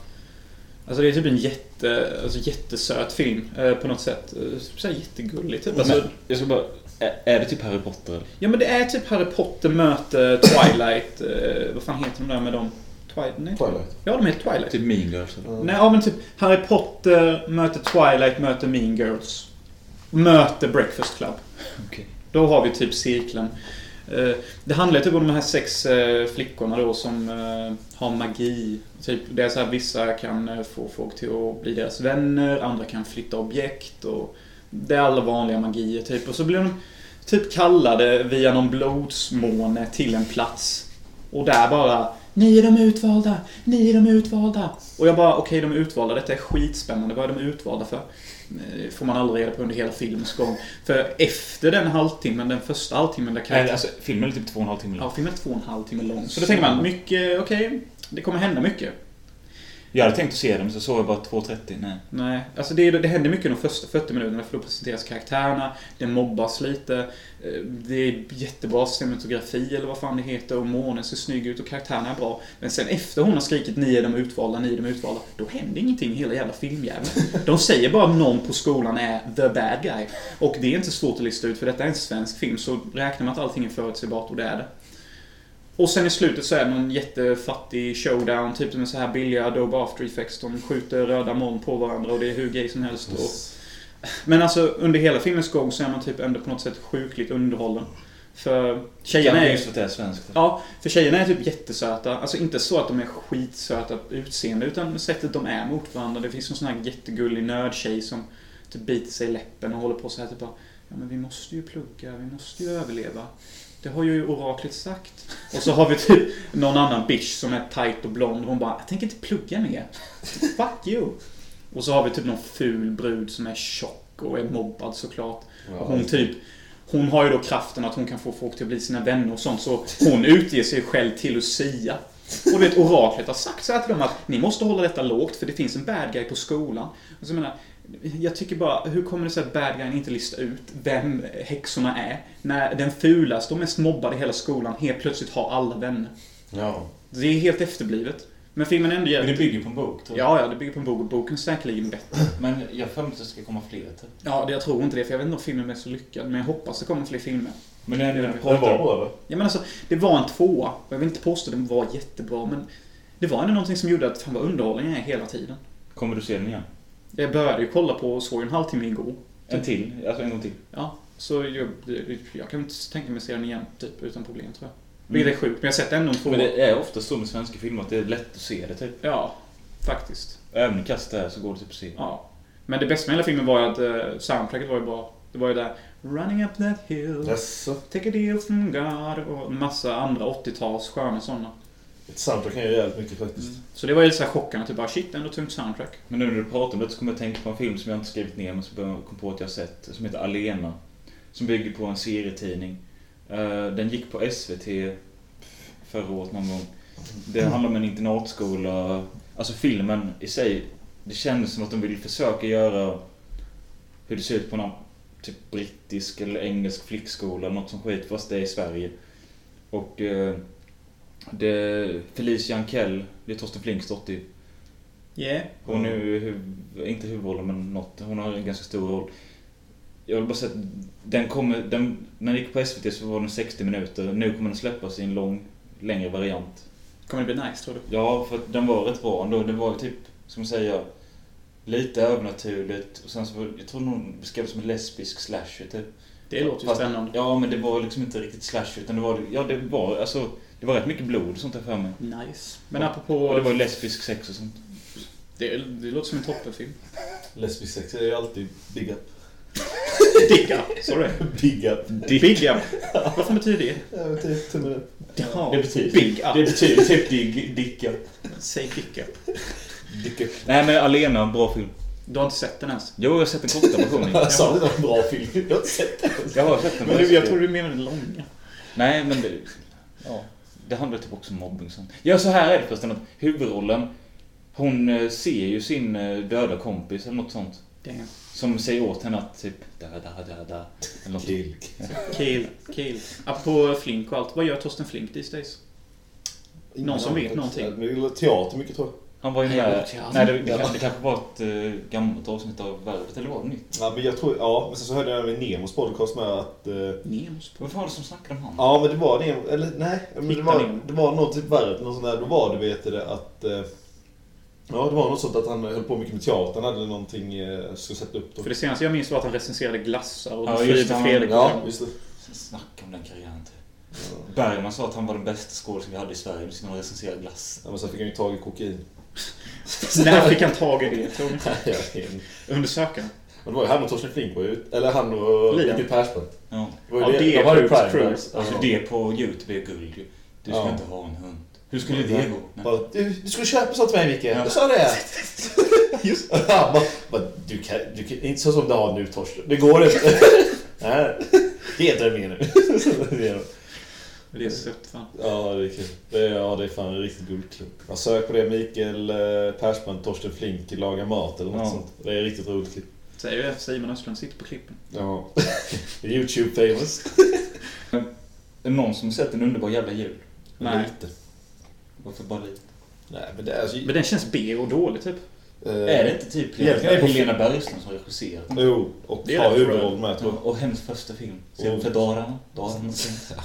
Speaker 1: Alltså det är typ en jätte, alltså jättesöt film eh, på något sätt. Eh, Så här jättegullig typ. Alltså,
Speaker 4: jag ska bara... Är, är det typ Harry Potter? eller?
Speaker 1: ja men det är typ Harry Potter möter Twilight. Eh, vad fan heter de där med dem? Twilight? Nej.
Speaker 2: Twilight.
Speaker 1: Ja, de heter Twilight.
Speaker 4: Typ Mean Girls eller?
Speaker 2: Mm.
Speaker 1: Nej, ja men typ Harry Potter möter Twilight möter Mean Girls. Möter Breakfast Club.
Speaker 4: Okej.
Speaker 1: Då har vi typ cirkeln. Eh, Det handlar typ om de här sex eh, flickorna då som eh, har magi. Typ, det är så här, vissa kan eh, få folk till att bli deras vänner, andra kan flytta objekt och det är alla vanliga magier typ. Och så blir de typ kallade via någon blodsmåne till en plats. Och där bara Ni är de utvalda! Ni är de utvalda! Och jag bara, okej de är utvalda, detta är skitspännande, vad är de utvalda för? Eh, Får man aldrig reda på under hela filmens gång. För efter den halvtimmen, den första halvtimmen där
Speaker 3: Nej,
Speaker 1: karaktären...
Speaker 3: alltså, filmen är typ två och en halv timme lång.
Speaker 1: Ja, filmen är två och en halv timme lång. alltså- Så då tänker man, mycket, okej, det kommer hända mycket.
Speaker 3: Jag hade tänkt att se den, men så såg jag bara 2.30. Nej.
Speaker 1: Nej, alltså det, det händer mycket de första 40 minuterna för då presenteras karaktärerna, det mobbas lite, eh, det är jättebra cinematografi eller vad fan det heter och månen ser snygg ut och karaktärerna är bra. Men sen efter hon har skrikit ni är de utvalda, ni är de utvalda, då händer ingenting i hela jävla filmjäveln. De säger bara att någon på skolan är the bad guy. Och det är inte svårt att lista ut för detta är en svensk film så räknar man att allting är förutsägbart och det är det. Och sen i slutet så är det någon jättefattig showdown, typ som en så här billig Adobe After Effects. De skjuter röda moln på varandra och det är hur gay som helst. Och, men alltså under hela filmens gång så är man typ ändå på något sätt sjukligt underhållen. För tjejerna är
Speaker 3: just för att det är svenskt.
Speaker 1: Ja, för tjejerna är typ jättesöta. Alltså inte så att de är skitsöta utseende utan sättet de är mot varandra. Det finns en sån här jättegullig nördtjej som typ biter sig i läppen och håller på så här typ bara, Ja men vi måste ju plugga, vi måste ju överleva. Det har ju oraklet sagt. Och så har vi typ någon annan bitch som är tight och blond och hon bara Jag tänker inte plugga mer. Fuck you. Och så har vi typ någon ful brud som är tjock och är mobbad såklart. Och hon typ Hon har ju då kraften att hon kan få folk till att bli sina vänner och sånt så hon utger sig själv till Lucia. Och du vet, oraklet har sagt så här till dem att ni måste hålla detta lågt för det finns en bad guy på skolan. Och så jag menar, jag tycker bara, hur kommer det sig att bad guyen inte listar ut vem häxorna är? När den fulaste och mest mobbade i hela skolan helt plötsligt har alla vänner.
Speaker 2: Ja.
Speaker 1: Det är helt efterblivet. Men filmen är ändå
Speaker 3: Men det
Speaker 1: jävligt...
Speaker 3: bygger på en bok, tror jag.
Speaker 1: Ja, ja, det bygger på en bok och boken är säkerligen bättre.
Speaker 3: Men jag har för mig att det ska komma fler, typ.
Speaker 1: Ja, det- jag tror inte det, för jag vet inte om filmen är så lyckad, men jag hoppas det kommer fler filmer.
Speaker 3: Men det är det vi
Speaker 2: Det var
Speaker 3: pratar om.
Speaker 2: bra eller?
Speaker 1: Ja, men alltså, det var en tvåa. Och Jag vill inte påstå att den var jättebra, men det var ändå någonting som gjorde att fan vad underhållningen är hela tiden.
Speaker 3: Kommer du se den igen?
Speaker 1: Jag började ju kolla på och såg en halvtimme igår.
Speaker 3: En till? Alltså en gång till?
Speaker 1: Ja, så jag, jag kan inte tänka mig att se den igen, typ, utan problem tror jag. Vilket är sjukt, men jag har sett ändå en tvåa.
Speaker 3: Mm. Men det är ofta så med svenska filmer att det är lätt att se det typ.
Speaker 1: Ja, faktiskt.
Speaker 3: Även i kast där så går det typ att se.
Speaker 1: Ja. Men det bästa med hela filmen var ju att eh, soundtracket var ju bra. Det var ju där Running up that hill,
Speaker 2: Jaså?
Speaker 1: take a deal from God och en massa andra 80-tals sköna sådana.
Speaker 2: Ett soundtrack kan jag göra jävligt mycket faktiskt.
Speaker 1: Så det var ju lite så här chockande, typ bara shit, ändå tungt soundtrack.
Speaker 3: Men nu när du pratar om det så kommer jag att tänka på en film som jag inte skrivit ner men som jag kom på att jag har sett. Som heter Alena. Som bygger på en serietidning. Eh, Den gick på SVT förra året någon gång. Det handlar om en internatskola. Alltså filmen i sig. Det kändes som att de ville försöka göra hur det ser ut på någon typ brittisk eller engelsk flickskola. Något som skit fast det är i Sverige. Och eh, det, Felicia Ankell, det är Torsten Flinks dotter ju.
Speaker 1: Yeah.
Speaker 3: Hon är ju, huv- inte huvudrollen men något, hon har en ganska stor roll. Jag vill bara säga att den kommer, den, när den gick på SVT så var den 60 minuter. Nu kommer den släppas i en lång, längre variant.
Speaker 1: Kommer det bli nice tror du?
Speaker 3: Ja, för att den var rätt bra ändå. Det var ju typ, som man säger, lite övernaturligt. Och sen så var, jag tror någon beskrev det som en lesbisk slasher typ.
Speaker 1: Det låter ju
Speaker 3: Fast-
Speaker 1: spännande.
Speaker 3: Ja, men det var liksom inte riktigt slasher utan det var, ja det var, alltså, det var rätt mycket blod och sånt där för mig.
Speaker 1: Nice. Men
Speaker 3: Och det var
Speaker 1: apropå...
Speaker 3: ju lesbisk sex och sånt.
Speaker 1: Det, det låter som en toppenfilm.
Speaker 2: Lesbisk sex är ju alltid big up.
Speaker 1: Big up! Sorry.
Speaker 2: Big up.
Speaker 1: Big up! Vad fan betyder det?
Speaker 2: Ja, men typ tummen upp.
Speaker 1: Ja,
Speaker 3: Det betyder-
Speaker 1: Big up!
Speaker 3: Det betyder typ dig, dicka.
Speaker 1: Säg big up.
Speaker 2: Dick up.
Speaker 3: Nej men Alena, bra film.
Speaker 1: Du har inte sett den ens?
Speaker 3: Jo, jag har sett den korta versionen.
Speaker 2: Jag sa Alltså, det var en bra film. Jag har inte sett den.
Speaker 3: Jag har sett den.
Speaker 1: Men du, jag tror du menar den långa.
Speaker 3: Nej, men det... Ja. Det handlar typ också om mobbing och sånt. Ja, så här är det förresten att huvudrollen, hon eh, ser ju sin eh, döda kompis eller något sånt.
Speaker 1: Damn.
Speaker 3: Som säger åt henne att typ döda, döda. Eller något.
Speaker 2: Kill.
Speaker 1: Kill, kill. Apropå Flink och allt, vad gör Torsten Flink these days? Någon som vet någonting?
Speaker 2: Det är teater mycket tror jag.
Speaker 3: Han var ju
Speaker 1: Nej,
Speaker 3: med...
Speaker 1: jag vet inte.
Speaker 3: Nej, det, det, kanske, det kanske var ett eh, gammalt avsnitt av Värvet, eller var det nytt?
Speaker 2: Ja, men jag tror, ja, men sen så hörde jag även Nemos podcast med att... eh,
Speaker 1: Nemos.
Speaker 3: Vad fan var det som snackade om han?
Speaker 2: ja, men det var Nemo, eller nej. Men det,
Speaker 1: Hitta
Speaker 2: var,
Speaker 1: Nemo.
Speaker 2: det var något typ värre, något sånt där. Då var det, vet du det, att... eh, ja, det var något sånt att han höll på mycket med teatern. Han hade någonting, eh, skulle sätta upp dem.
Speaker 1: För det senaste jag minns var att han recenserade glassar och
Speaker 3: Ja,
Speaker 1: ja,
Speaker 3: just det, han-
Speaker 1: Fredrik.
Speaker 2: Ja, just det.
Speaker 3: Snacka om den karriären typ. Bergman sa att han var den bästa skådespelaren vi hade i Sverige. Nu ska han recensera glass.
Speaker 2: Ja, men sen fick han ju tag i kokain.
Speaker 1: När fick han tag i det tror ni?
Speaker 2: Nej, jag vet inte.
Speaker 1: Undersökaren?
Speaker 2: Men det var ju han och Torsten Flink var ju ut. Eller han och
Speaker 1: Liam.
Speaker 2: Micke Persbrandt.
Speaker 3: Ja.
Speaker 2: Det var ju
Speaker 1: Ja, det är
Speaker 2: de hade ju
Speaker 1: sjukt
Speaker 2: prime
Speaker 1: true.
Speaker 2: times.
Speaker 3: Alltså
Speaker 2: Ja.
Speaker 3: det på Youtube är guld ju. Du ska
Speaker 2: Ja.
Speaker 3: inte ha en hund. Hur skulle det gå? Nej.
Speaker 2: Bara, du, du skulle köpa sånt till mig Micke.
Speaker 3: Ja.
Speaker 2: Jag sa det. Just han bara, bara, du kan, du kan, inte så som du har nu Torsten. Det går inte. Nej. Det är drömmen nu. Det är-
Speaker 1: Det är sött fan.
Speaker 2: ja, det är kul. Det är, ja, det är fan en riktigt guldklipp. Jag sök på det Mikael eh, Persbrandt, Torsten Flink lagar mat eller något
Speaker 3: Ja.
Speaker 2: sånt. Det är ett riktigt roligt klipp.
Speaker 1: Säger ju Simon Östlund, sitter på klippen.
Speaker 2: Ja. Youtube famous.
Speaker 3: Är det någon som har sett en underbar jävla jul?
Speaker 1: Nej.
Speaker 2: Lite.
Speaker 3: Varför bara lite?
Speaker 2: Nej, men det är... Alltså,
Speaker 1: Men den känns B och dålig typ.
Speaker 2: eh,
Speaker 3: Är det inte typ
Speaker 2: Egentligen är det-
Speaker 3: Helena Bergström som regisserat den?
Speaker 2: Jo, och
Speaker 1: Mm. Det är
Speaker 2: har
Speaker 1: rätt
Speaker 2: huvudroll med tror jag.
Speaker 3: Och hennes första film. Ser
Speaker 2: Och-
Speaker 3: för Dalarna. Dalarna.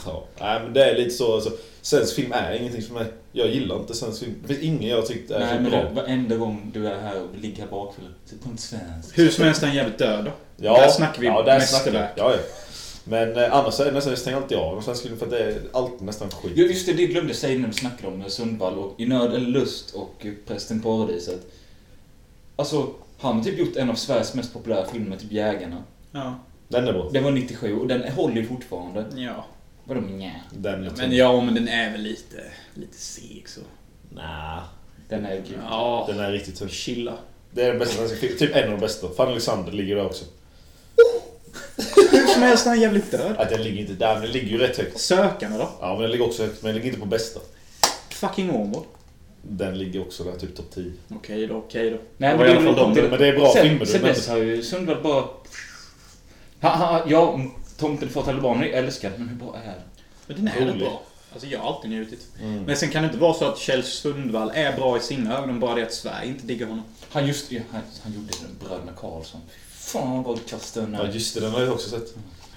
Speaker 2: Ja, nej men det är lite så alltså. Svensk film är ingenting för mig. Jag gillar inte svensk film. Det finns ingen jag tyckt är
Speaker 3: Nej
Speaker 2: så
Speaker 3: men
Speaker 2: bra.
Speaker 3: du, varenda gång du är här och ligger här bakfull. Titta på en svensk.
Speaker 1: Hur som helst är han jävligt död då. där snackar vi mästerverk.
Speaker 2: vi. Ja, ja. Men eh, annars är det nästan, jag stänger alltid av den svenska filmen för att det är alltid nästan skit.
Speaker 3: Ja, just det, det glömde jag säga när vi snackade om Sundvall och I nöd eller lust och Prästen Paradiset. Alltså, han har typ gjort en av Sveriges mest populära filmer, typ Jägarna.
Speaker 1: Ja.
Speaker 2: Den är bra.
Speaker 3: Den var 97 och den håller ju fortfarande.
Speaker 1: ja.
Speaker 3: Vadå nja?
Speaker 2: Den jag
Speaker 1: Men ja, men den är väl lite, lite seg så.
Speaker 2: Nah,
Speaker 3: Den är ju grym.
Speaker 1: Ja.
Speaker 2: den är riktigt tuff.
Speaker 1: Chilla.
Speaker 2: Det är den bästa svenska filmen. Typ en av de bästa. Fan Alexander ligger där också.
Speaker 1: Hur som helst är han jävligt död.
Speaker 2: Att den ligger inte där, men den ligger ju rätt högt.
Speaker 1: Sökande då?
Speaker 2: Ja, men den ligger också högt. Men den ligger inte på bästa.
Speaker 1: Fucking Åmål.
Speaker 2: Den ligger också där, typ topp 10.
Speaker 1: Okej då, okej då.
Speaker 3: Nej,
Speaker 2: Det var i alla fall de, men det är bra
Speaker 3: sen,
Speaker 2: filmer, du
Speaker 3: Sen
Speaker 2: menar.
Speaker 3: dess har ju Sundvall bara... Ha, ha, ja, mm, Tomten får talibaner, jag älskar den, men hur bra är den?
Speaker 1: Men den är rätt
Speaker 2: Rolig.
Speaker 1: bra. Alltså jag har alltid njutit. Men sen kan det inte vara så att Kjell Sundvall är bra i sina ögon, bara det att Sverige inte diggar honom.
Speaker 3: Han just... ja, Han, han gjorde den, Bröderna Karlsson. Fan vad kass den
Speaker 2: Ja,
Speaker 3: är.
Speaker 2: just det. Den har jag också sett.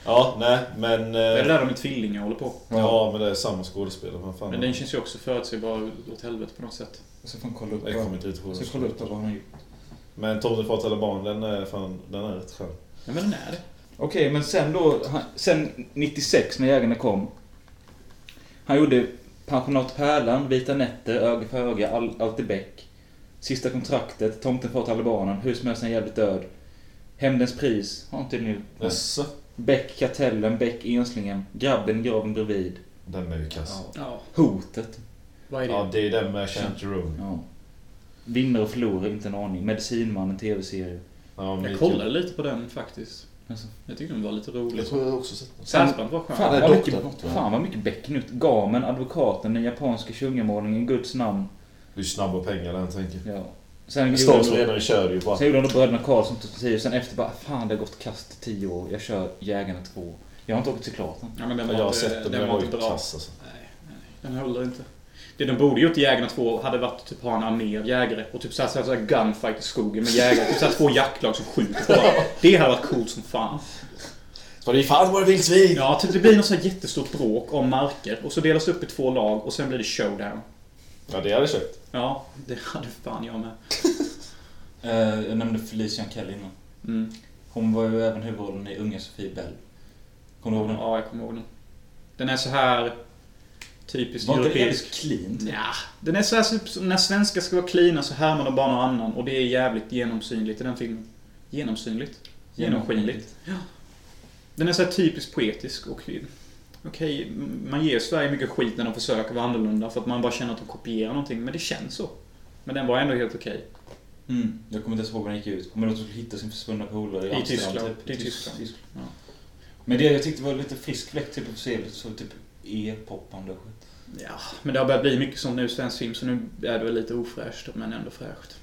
Speaker 2: Ja, nej, men... eh,
Speaker 1: Det är det där de är tvillingar och håller på.
Speaker 2: Ja, men det är samma skådespelare. Vad fan
Speaker 1: Men den känns ju också förutsägbar åt helvete på något sätt.
Speaker 3: Jag ska fan kolla upp
Speaker 2: Jag kommer inte riktigt
Speaker 3: Jag
Speaker 2: ihåg.
Speaker 3: ska
Speaker 2: den.
Speaker 3: kolla upp vad han har gjort.
Speaker 2: Men Tomten far till alla barn, den är fan, den är rätt skön.
Speaker 1: Ja, men den är det.
Speaker 3: Okej, men sen då... han- Sen 96 när Jägarna kom. Han gjorde Pensionat Pärlan, Vita Nätter, Öga för öga, Al- Allt i bäck. Sista kontraktet, Tomten för talibanen, Husmössan jävligt död. Hämndens pris, har inte nu.
Speaker 2: Jaså?
Speaker 3: Bäck, Kartellen, Bäck, Enslingen, Grabben, i Graven bredvid.
Speaker 2: Den är ju kass.
Speaker 1: Ja,
Speaker 3: Hotet.
Speaker 1: vad är det?
Speaker 2: Ja, det är den med Chant Jerome.
Speaker 3: Ja. Vinnare och förlorare, inte en aning. Medicinmannen, TV-serie.
Speaker 2: Ja,
Speaker 1: jag
Speaker 2: Mikael.
Speaker 1: kollade lite på den faktiskt.
Speaker 3: Alltså,
Speaker 1: typ- Jag tyckte den var lite
Speaker 2: Jag
Speaker 1: rolig.
Speaker 2: tror jag också sett den.
Speaker 1: Särskilt var skön.
Speaker 3: Fan,
Speaker 2: Nej,
Speaker 3: vad
Speaker 2: doktorn.
Speaker 3: mycket, fan vad mycket Bäcknut. Gamen, advokaten, den japanska tjungamålningen, Guds namn.
Speaker 2: Det är ju snabba pengar den tänker.
Speaker 3: Ja. Sen gjorde,
Speaker 2: Stars
Speaker 3: han,
Speaker 2: redan kör ju på allt.
Speaker 3: sen gjorde han då Bröderna Karlsson 2010, sen efter bara Fan det har gått kast 10 år, jag kör Jägarna 2. Jag har inte åkt till klart än.
Speaker 1: Ja, men den var
Speaker 2: Jag har
Speaker 1: inte,
Speaker 2: sett den, men
Speaker 1: den
Speaker 2: den
Speaker 1: var
Speaker 2: var
Speaker 1: inte
Speaker 2: ju
Speaker 1: bra.
Speaker 2: kass alltså.
Speaker 1: Nej, nej, den håller inte. Det de borde gjort i Jägarna 2 hade varit att typ ha en armé av jägare och typ såhär, såhär, såhär gunfight i skogen med jägare. typ såhär två jaktlag som skjuter på varandra. Det hade varit coolt som fan.
Speaker 2: Så det är fan vad det vildsvin!
Speaker 1: Ja, typ det blir något såhär jättestort bråk om marker och så delas det upp i två lag och sen blir det showdown.
Speaker 2: Ja, det hade jag köpt.
Speaker 1: Ja, det hade fan jag med.
Speaker 3: Eh, jag nämnde Felicia Kelly innan.
Speaker 1: Mm.
Speaker 3: Hon var ju även huvudrollen i Unga Sofie Bell. Kommer du ihåg den?
Speaker 1: Ja, jag kommer ihåg den. Den är så här typiskt
Speaker 3: Var inte det
Speaker 1: europeisk.
Speaker 3: jävligt clean? typ?
Speaker 1: Ja, den är så här, typ, som när svenskar ska vara cleana så härmar de bara någon annan och det är jävligt genomsynligt i den filmen. Genomsynligt? Genomskinligt? Ja. Den är så här typiskt poetisk och... Okej, m- man ger Sverige mycket skit när de försöker vara annorlunda för att man bara känner att de kopierar någonting, men det känns så. Men den var ändå helt okej.
Speaker 3: Mm. Jag kommer inte ens ihåg vad den gick ut på, men de skulle hitta sin försvunna polare i
Speaker 1: I
Speaker 3: Amsterdam,
Speaker 1: Tyskland.
Speaker 3: typ.
Speaker 1: Det är
Speaker 3: Tys-
Speaker 1: Tyskland. Ja.
Speaker 3: Men det jag tyckte var lite frisk fläkt typ, att se lite så typ e-poppande och skit.
Speaker 1: ja, men det har börjat bli mycket sånt nu i svensk film, så nu är det väl lite ofräscht, men ändå fräscht.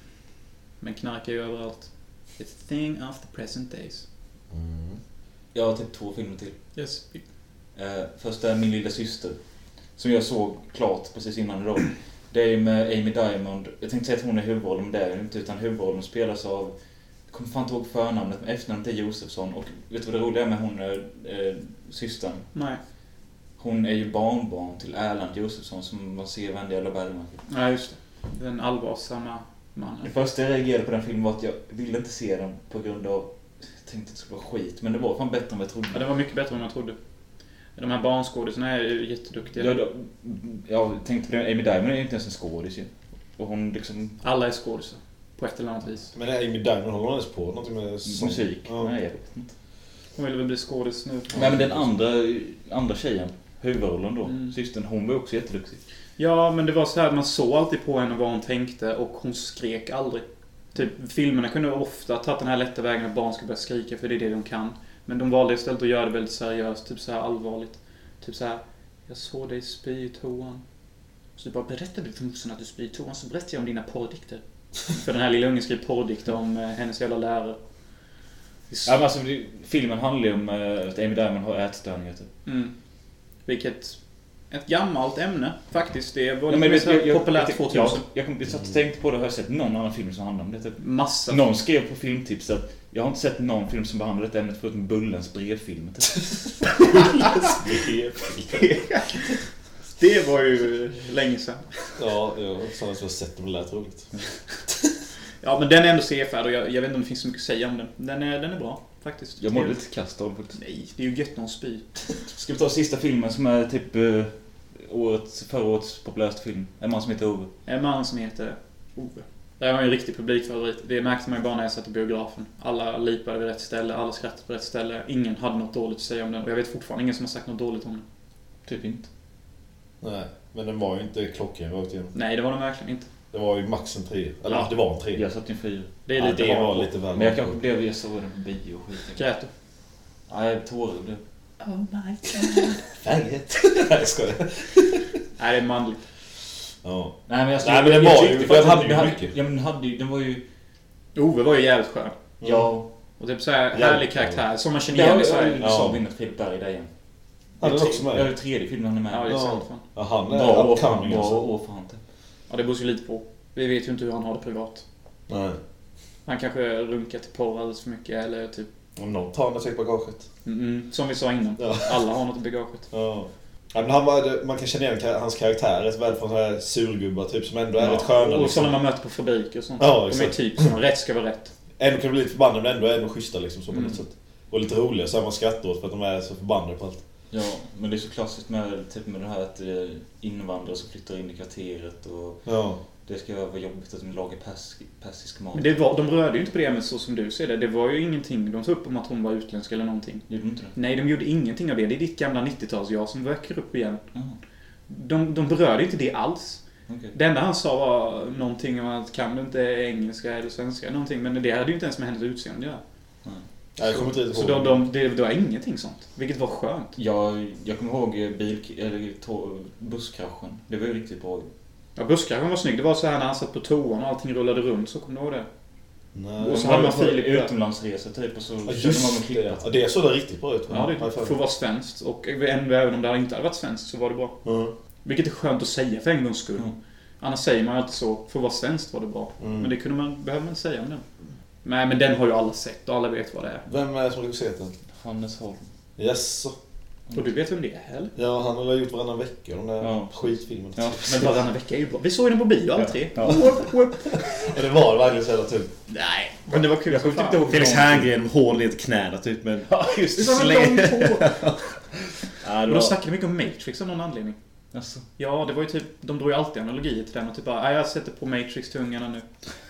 Speaker 1: Men knark är ju överallt. It's a thing of the present days.
Speaker 2: Mm.
Speaker 3: Jag har typ två filmer till.
Speaker 1: Yes.
Speaker 3: Eh, första är Min lilla syster. Som jag såg klart precis innan idag. Det är ju med Amy Diamond. Jag tänkte säga att hon är huvudrollen, men det är hon inte. Utan huvudrollen spelas av... Jag kommer fan inte ihåg förnamnet, men efternamnet är Josefsson. Och vet du vad det roliga är med hon, eh, systern?
Speaker 1: Nej.
Speaker 3: Hon är ju barnbarn till Erland Josefsson som man ser vända i alla Bergman.
Speaker 1: Ja, just det. Den allvarsamma mannen.
Speaker 3: Det första jag reagerade på den filmen var att jag ville inte se den på grund av... Jag tänkte att det skulle vara skit, men det var fan bättre än vad jag trodde.
Speaker 1: Ja, den var mycket bättre än man trodde. De här barnskådisarna är ju jätteduktiga.
Speaker 3: Ja, då, jag tänkte på det, Amy Diamond är ju inte ens en skådis ju. Och hon liksom...
Speaker 1: Alla är skådisar. På ett eller annat vis.
Speaker 2: Men Amy Diamond håller hon ens på någonting med sång?
Speaker 3: Musik?
Speaker 2: Ja.
Speaker 3: Nej, jag vet inte.
Speaker 1: Hon ville väl bli skådis nu.
Speaker 3: Nej, men den andra, andra tjejen, huvudrollen då,
Speaker 1: Mm.
Speaker 3: systern, hon var också jätteduktig.
Speaker 1: Ja, men det var så här att man såg alltid på henne vad hon tänkte och hon skrek aldrig. Typ, filmerna kunde ofta tagit den här lätta vägen att barn ska börja skrika för det är det de kan. Men de valde istället att göra det väldigt seriöst, typ så här allvarligt. Typ så här, jag såg dig spy i toan. Så du bara, berättade du för morsan att du spyr i toan så berättade jag om dina porrdikter. för den här lilla ungen skrev porrdikter om eh, hennes jävla lärare.
Speaker 3: Ja, men alltså, det- filmen handlar ju om eh, att Amy Diamond har ätstörningar typ.
Speaker 1: Mm. Vilket, ett gammalt ämne faktiskt. Det var
Speaker 3: Ja,
Speaker 1: lite
Speaker 3: men
Speaker 1: mer
Speaker 3: vet
Speaker 1: så
Speaker 3: du,
Speaker 1: här
Speaker 3: jag-
Speaker 1: populärt
Speaker 3: jag-
Speaker 1: 2000.
Speaker 3: Jag, jag, kom- jag satt och tänkte på det och har jag sett någon annan film som handlar om det typ.
Speaker 1: Massa
Speaker 3: Någon skrev på filmtips att jag har inte sett någon film som behandlar detta ämnet förutom Bullens brevfilm. Typ.
Speaker 1: Det var ju länge sedan.
Speaker 2: Ja, jag har fan inte sett dem, det lät roligt.
Speaker 1: Ja, men den är ändå sevärd och jag, jag vet inte om det finns så mycket att säga om den. Den är, den är bra, faktiskt.
Speaker 3: Jag mådde
Speaker 1: Det-
Speaker 3: lite kasst av den faktiskt.
Speaker 1: Nej, det är ju gött när hon spyr.
Speaker 3: Ska vi ta sista filmen som är typ eh, årets, förra årets populäraste film? En man som heter Ove.
Speaker 1: En man som heter Ove. Det här var ju en riktig publikfavorit. Det märkte man ju bara när jag satt i biografen. Alla lipade vid rätt ställe, alla skrattade på rätt ställe. Ingen hade något dåligt att säga om den och jag vet fortfarande ingen som har sagt något dåligt om den.
Speaker 3: Typ inte.
Speaker 2: Nej, men den var ju inte klockren rakt igenom.
Speaker 1: Nej, det var den verkligen inte.
Speaker 2: Det var ju max en tre. Eller
Speaker 1: Ja.
Speaker 2: det var en tre.
Speaker 3: Jag satt i en fyra.
Speaker 1: Det är
Speaker 2: ja,
Speaker 1: lite
Speaker 2: det var
Speaker 1: hardcore.
Speaker 2: lite väl
Speaker 3: Men jag kanske blev, jag såg den på bio och skit. Jag-
Speaker 1: Grät du?
Speaker 3: Nej, tårar blev.
Speaker 1: Oh my
Speaker 2: Färget. Nej, jag skojar.
Speaker 1: Nej, det är manligt.
Speaker 2: Ja.
Speaker 3: Nej men, alltså,
Speaker 2: Nej, men den var ju-
Speaker 3: tyckte
Speaker 2: den
Speaker 3: faktiskt-
Speaker 2: hade ju
Speaker 3: den
Speaker 2: mycket.
Speaker 3: Ja men den hade ju, den var
Speaker 2: Mm.
Speaker 3: ju...
Speaker 1: Ove var ju jävligt skön.
Speaker 3: Ja.
Speaker 1: Och typ såhär
Speaker 2: Jävligt
Speaker 1: härlig karaktär som man känner
Speaker 3: Ja,
Speaker 1: igen i
Speaker 3: ja,
Speaker 1: Sverige.
Speaker 3: du
Speaker 2: Ja.
Speaker 3: sa vi innan Filip Berg där igen.
Speaker 2: Hade
Speaker 3: Det är
Speaker 2: den också
Speaker 3: tre-
Speaker 2: med?
Speaker 3: Ja, det är tredje filmen han är med
Speaker 1: Ja, det är
Speaker 2: Ja.
Speaker 1: sant. Fan.
Speaker 2: Ja, han är
Speaker 3: Bra år för han,
Speaker 2: upcoming
Speaker 3: bra
Speaker 2: alltså.
Speaker 3: år för han typ.
Speaker 1: Ja, det beror ju lite på. Vi vet ju inte hur han har det privat.
Speaker 2: Nej.
Speaker 1: Han kanske runkar till porr alldeles för mycket eller typ...
Speaker 2: Om någon tar den i bagaget.
Speaker 1: Mm, som vi sa innan.
Speaker 2: Ja.
Speaker 1: Alla har något i bagaget.
Speaker 2: Ja. Ja, men han var, man kan känna igen kar- hans karaktär rätt väl från såna här surgubbar typ som ändå är
Speaker 1: Ja,
Speaker 2: rätt sköna.
Speaker 1: Och sådana
Speaker 2: Liksom.
Speaker 1: man möter på fabriker och sånt.
Speaker 2: Ja,
Speaker 1: De är
Speaker 2: exakt.
Speaker 1: typ som rätt ska vara rätt.
Speaker 2: Ändå kan de bli lite förbannade men ändå är de schyssta liksom så på
Speaker 1: Mm.
Speaker 2: något sätt. Och lite roliga så här man skrattar åt för att de är så förbannade på allt.
Speaker 3: Ja, men det är så klassiskt med, typ med det här att eh, invandrare som flyttar in i kvarteret och
Speaker 2: Ja.
Speaker 3: det ska vara jobbigt att de lagar pers, persisk mat.
Speaker 1: Men
Speaker 3: Det...
Speaker 1: det var, de rörde ju inte på det ämnet så som du ser det. Det var ju ingenting de tog upp om att hon var utländsk eller någonting.
Speaker 3: Gjorde de inte det?
Speaker 1: Nej, de gjorde ingenting av det. Det är ditt gamla 90-tals-jag som väcker upp igen.
Speaker 3: Jaha,
Speaker 1: De, de berörde inte det alls.
Speaker 3: okej.
Speaker 1: Det enda han sa var någonting om att kan du inte engelska eller svenska någonting. Men det hade ju inte ens med hennes utseende att göra.
Speaker 2: Nej, jag kommer inte riktigt
Speaker 1: Så de,
Speaker 2: ihåg.
Speaker 1: de, det, det var ingenting sånt. Vilket var skönt.
Speaker 3: Jag, jag kommer ihåg eh, bil, eller tå, busskraschen. Det var ju riktigt bra.
Speaker 1: Ja, busskraschen var snygg. Det var så här när han satt på toan och allting rullade runt. Så kommer du ihåg det?
Speaker 2: Nej.
Speaker 1: Och så hade man
Speaker 3: på
Speaker 1: Filip där.
Speaker 3: utomlandsresa typ och så
Speaker 2: Ja,
Speaker 3: körde man med
Speaker 2: just det.
Speaker 3: klippat.
Speaker 2: Ja, det såg där riktigt bra ut.
Speaker 1: Ja,
Speaker 2: High
Speaker 1: det
Speaker 2: five.
Speaker 1: får vara svenskt. Och även om det inte hade varit svenskt så var det bra.
Speaker 2: Ja.
Speaker 1: Vilket är skönt att säga för en gångs skull.
Speaker 3: Ja.
Speaker 1: Annars säger man ju alltid så. För att vara svenskt var det bra.
Speaker 2: Mm.
Speaker 1: Men det kunde man, behöver man inte säga om den. Nej, men den har ju alla sett och alla vet vad det är.
Speaker 2: Vem är det som regisserat den?
Speaker 3: Hannes Holm.
Speaker 2: Yes.
Speaker 1: Och du vet vem det är, eller?
Speaker 2: Ja, han har väl gjort varannan vecka, de där
Speaker 3: Ja.
Speaker 2: skitfilmerna.
Speaker 3: Ja,
Speaker 1: Men varannan vecka är ju bra. Vi såg den på bio alla
Speaker 3: Ja.
Speaker 1: tre.
Speaker 3: Ja.
Speaker 2: Oh.
Speaker 1: Whoop, whoop.
Speaker 2: Ja, det var verkligen så jävla typ.
Speaker 1: Nej, men det var kul
Speaker 3: Jag
Speaker 1: som
Speaker 3: kommer
Speaker 1: fan.
Speaker 3: inte ihåg.
Speaker 4: Felix Herngren, hål i ett knä typ men... Ja,
Speaker 1: Det
Speaker 4: just
Speaker 1: var väl de två.
Speaker 4: Ja, det
Speaker 1: Men de
Speaker 4: var...
Speaker 1: snackade mycket om Matrix av någon anledning.
Speaker 3: Alltså,
Speaker 1: Ja, det var ju typ, de drog ju alltid analogier till den och typ bara, "Nej, jag sätter på Matrix-tungarna nu.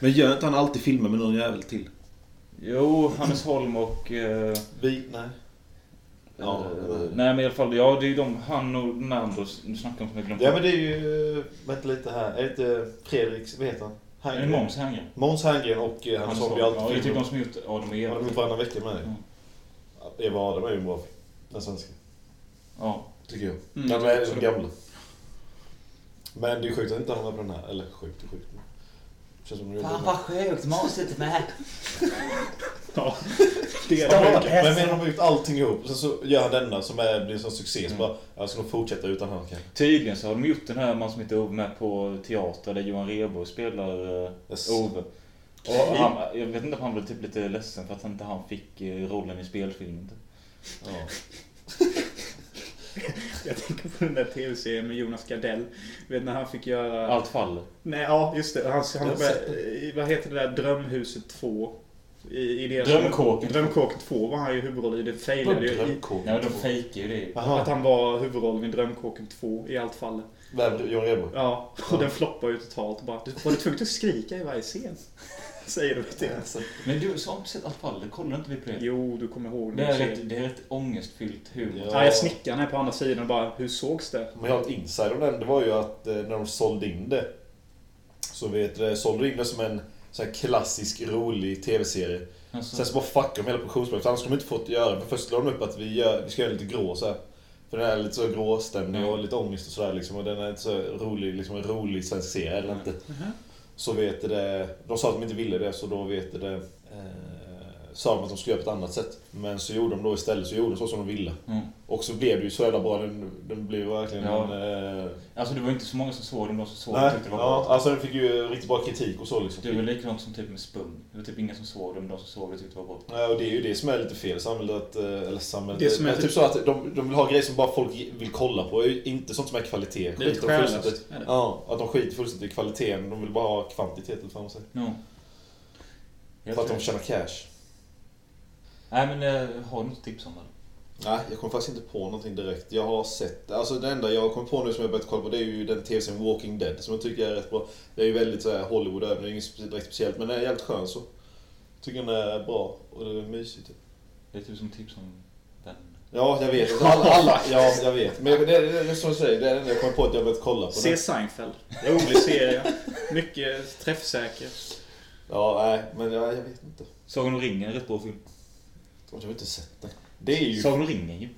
Speaker 4: Men gör inte han alltid filmer med någon jävel till?
Speaker 3: jo, Hannes Holm och... Eh,
Speaker 2: Vi, nej. Ja,
Speaker 3: ja, nej men i alla fall, ja det är ju de, han och den andra du snackar om som jag glömde.
Speaker 2: Ja men det är ju, vänta lite här, är det inte Fredriks, vad heter han?
Speaker 3: Är det Måns Herngren?
Speaker 2: Måns Herngren och eh, han
Speaker 3: Hannes
Speaker 2: som vi
Speaker 3: Holm. Ja, det
Speaker 2: alltid
Speaker 3: är typ
Speaker 2: filmer.
Speaker 3: de som gjort Adam och
Speaker 2: Ja, de
Speaker 3: Eva.
Speaker 2: har gjort varannan vecka med det.
Speaker 3: Mm.
Speaker 2: Eva och Adam är ju en bra film. Den svenska.
Speaker 3: Ja.
Speaker 2: Tycker jag.
Speaker 1: Mm.
Speaker 2: Den är så gamla. Men det är sjukt att inte han var på den här. Eller sjukt och sjukt. men Känns som det är
Speaker 5: vad sjukt, Måns är inte med.
Speaker 1: Ja, det är
Speaker 5: Stop.
Speaker 1: det.
Speaker 5: vad
Speaker 2: Men menar de har gjort allting ihop. Sen så gör han denna som är, blir en sån succé. Så bara, jag ska nog fortsätta utan han kanske.
Speaker 3: Tydligen så har de gjort den här Man som heter Ove med på teater där Johan Rheborg spelar eh,
Speaker 2: Yes.
Speaker 1: Oh,
Speaker 3: Ove. Och han, jag vet inte om han blev typ lite ledsen för att han inte han fick eh, rollen i spelfilmen. typ.
Speaker 2: Ja.
Speaker 1: Jag tänker på den där tv-serien med Jonas Gardell. Vet när han fick göra...
Speaker 3: Allt faller.
Speaker 1: Nej, ja just det. Han, han,
Speaker 2: Jag har sett
Speaker 1: i- vad heter det där Drömhuset 2? I, i deras-
Speaker 3: Drömkåken.
Speaker 1: Drömkåken 2 var han ju huvudroll i. Det failade ju. i-
Speaker 2: Drömkåken.
Speaker 3: Nej men de fejkar ju det.
Speaker 1: Att
Speaker 2: Jaha.
Speaker 1: han var huvudrollen i Drömkåken 2 i allt fall.
Speaker 2: Vem? Johan Rheborg?
Speaker 1: Ja, och den floppar ju totalt. Bara, "Du- var du tvungen att skrika i varje scen? Säger de till henne.
Speaker 3: Men du som har inte sett Allt faller, kollar inte vi på det?
Speaker 1: Jo, du kommer ihåg
Speaker 3: Det
Speaker 1: när du
Speaker 3: är
Speaker 1: ser
Speaker 3: ett, det är ett ångestfyllt humor.
Speaker 2: Ja.
Speaker 1: Ja, jag snickaren är på andra sidan och bara, hur sågs det?
Speaker 2: Men jag har ett insider om den, det var ju att eh, när de sålde in det Så vet du, sålde de in det som en sån här klassisk rolig tv-serie
Speaker 3: Alltså,
Speaker 2: Sen så bara fuckade de hela produktionsbolaget, annars skulle de inte fått göra För först la de upp att vi, gör, vi ska göra lite grå så här. För den är lite så gråstämning
Speaker 3: Mm.
Speaker 2: och lite ångest och sådär liksom Och den är inte så rolig, liksom en rolig svensk serie eller inte Så vet du det, de sa att de inte ville det så då vet du det eh, Sa de att de skulle göra på ett annat sätt Men så gjorde de då istället, så gjorde de så som de ville
Speaker 3: mm.
Speaker 2: och så blev det ju så jävla bra. Den, den blev verkligen
Speaker 3: Ja.
Speaker 2: en... Eh,
Speaker 3: alltså det var inte så många som såg den, de som såg den
Speaker 2: nej,
Speaker 3: tyckte det var
Speaker 2: ja,
Speaker 3: bra.
Speaker 2: alltså den fick ju riktigt bra kritik och så liksom.
Speaker 3: Det var likadant som typ med Spung. Det var typ ingen som såg den, men de som såg det tyckte det var bra.
Speaker 2: Ja, och det är ju det som är lite fel i samhället. att, eh, Eller samhället.
Speaker 1: Det som är
Speaker 2: men typ
Speaker 1: typ-
Speaker 2: så att de, de vill ha grejer som bara folk vill kolla på. Inte sånt som är kvalitet.
Speaker 1: Det är lite
Speaker 2: Skiter de fullständigt-
Speaker 1: själlöst, är det?
Speaker 2: Ja, att de skiter fullständigt i kvaliteten. De vill bara ha kvantitet framför sig.
Speaker 3: No.
Speaker 2: För att de tjänar cash.
Speaker 3: Nej men eh, har du något tips om den?
Speaker 2: Nej, jag kommer faktiskt inte på någonting direkt. Jag har sett, alltså det enda jag kommer på nu som jag börjat kolla på det är ju den tv-serien Walking Dead som jag tycker är rätt bra. Det är ju väldigt så här Hollywood över den, det är inget spe- direkt speciellt men den är jävligt skön så. Tycker den är bra och den är mysig typ.
Speaker 3: Det är typ som tips om den.
Speaker 2: Ja, jag vet. Alla, alla, ja, jag vet. Men det, det, det, är som jag säger, det är det enda jag kommer på att jag börjat kolla på.
Speaker 1: Se
Speaker 2: Den.
Speaker 1: Seinfeld. Rolig serie. Mycket träffsäker.
Speaker 2: Ja, nej, men jag, jag vet inte.
Speaker 3: Sagan om ringen är rätt bra film.
Speaker 2: Jag har inte sett den. Det är ju...
Speaker 3: Sagan om ringen ju.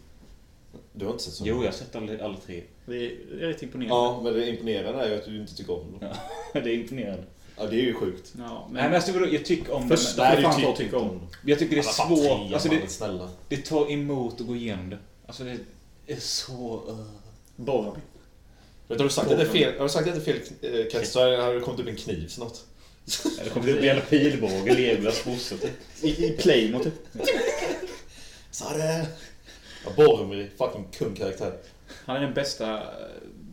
Speaker 2: Du har inte sett så?
Speaker 3: Jo, jag har sett alla, alla tre.
Speaker 1: Det är rätt imponerande.
Speaker 2: Ja, men det imponerande är ju att du inte tycker om den.
Speaker 3: Ja. det är imponerande.
Speaker 2: Ja, det är ju sjukt.
Speaker 1: Ja,
Speaker 3: Nej men
Speaker 1: men
Speaker 3: alltså vadå, jag tycker om
Speaker 1: Första-
Speaker 3: det.
Speaker 1: Nej,
Speaker 2: du
Speaker 1: fan, jag
Speaker 2: inte
Speaker 1: tycker typ om
Speaker 3: Men jag tycker det är
Speaker 2: Alla fan,
Speaker 3: svårt.
Speaker 2: trean,
Speaker 3: Alltså
Speaker 2: mannen,
Speaker 3: det,
Speaker 2: snälla.
Speaker 3: det tar emot att gå igenom det. Alltså det är så... eh,
Speaker 1: Boromir.
Speaker 2: Vet du, har du sagt att det är fel, har du sagt att det är fel eh, krets så har det kommit upp en kniv snart.
Speaker 3: Det kommer upp en jävla pilbåge, Legolas morsa typ.
Speaker 1: I, i Playmore typ.
Speaker 2: Så är det. Ja, Boromir, fucking kung karaktär.
Speaker 1: Han är den bästa...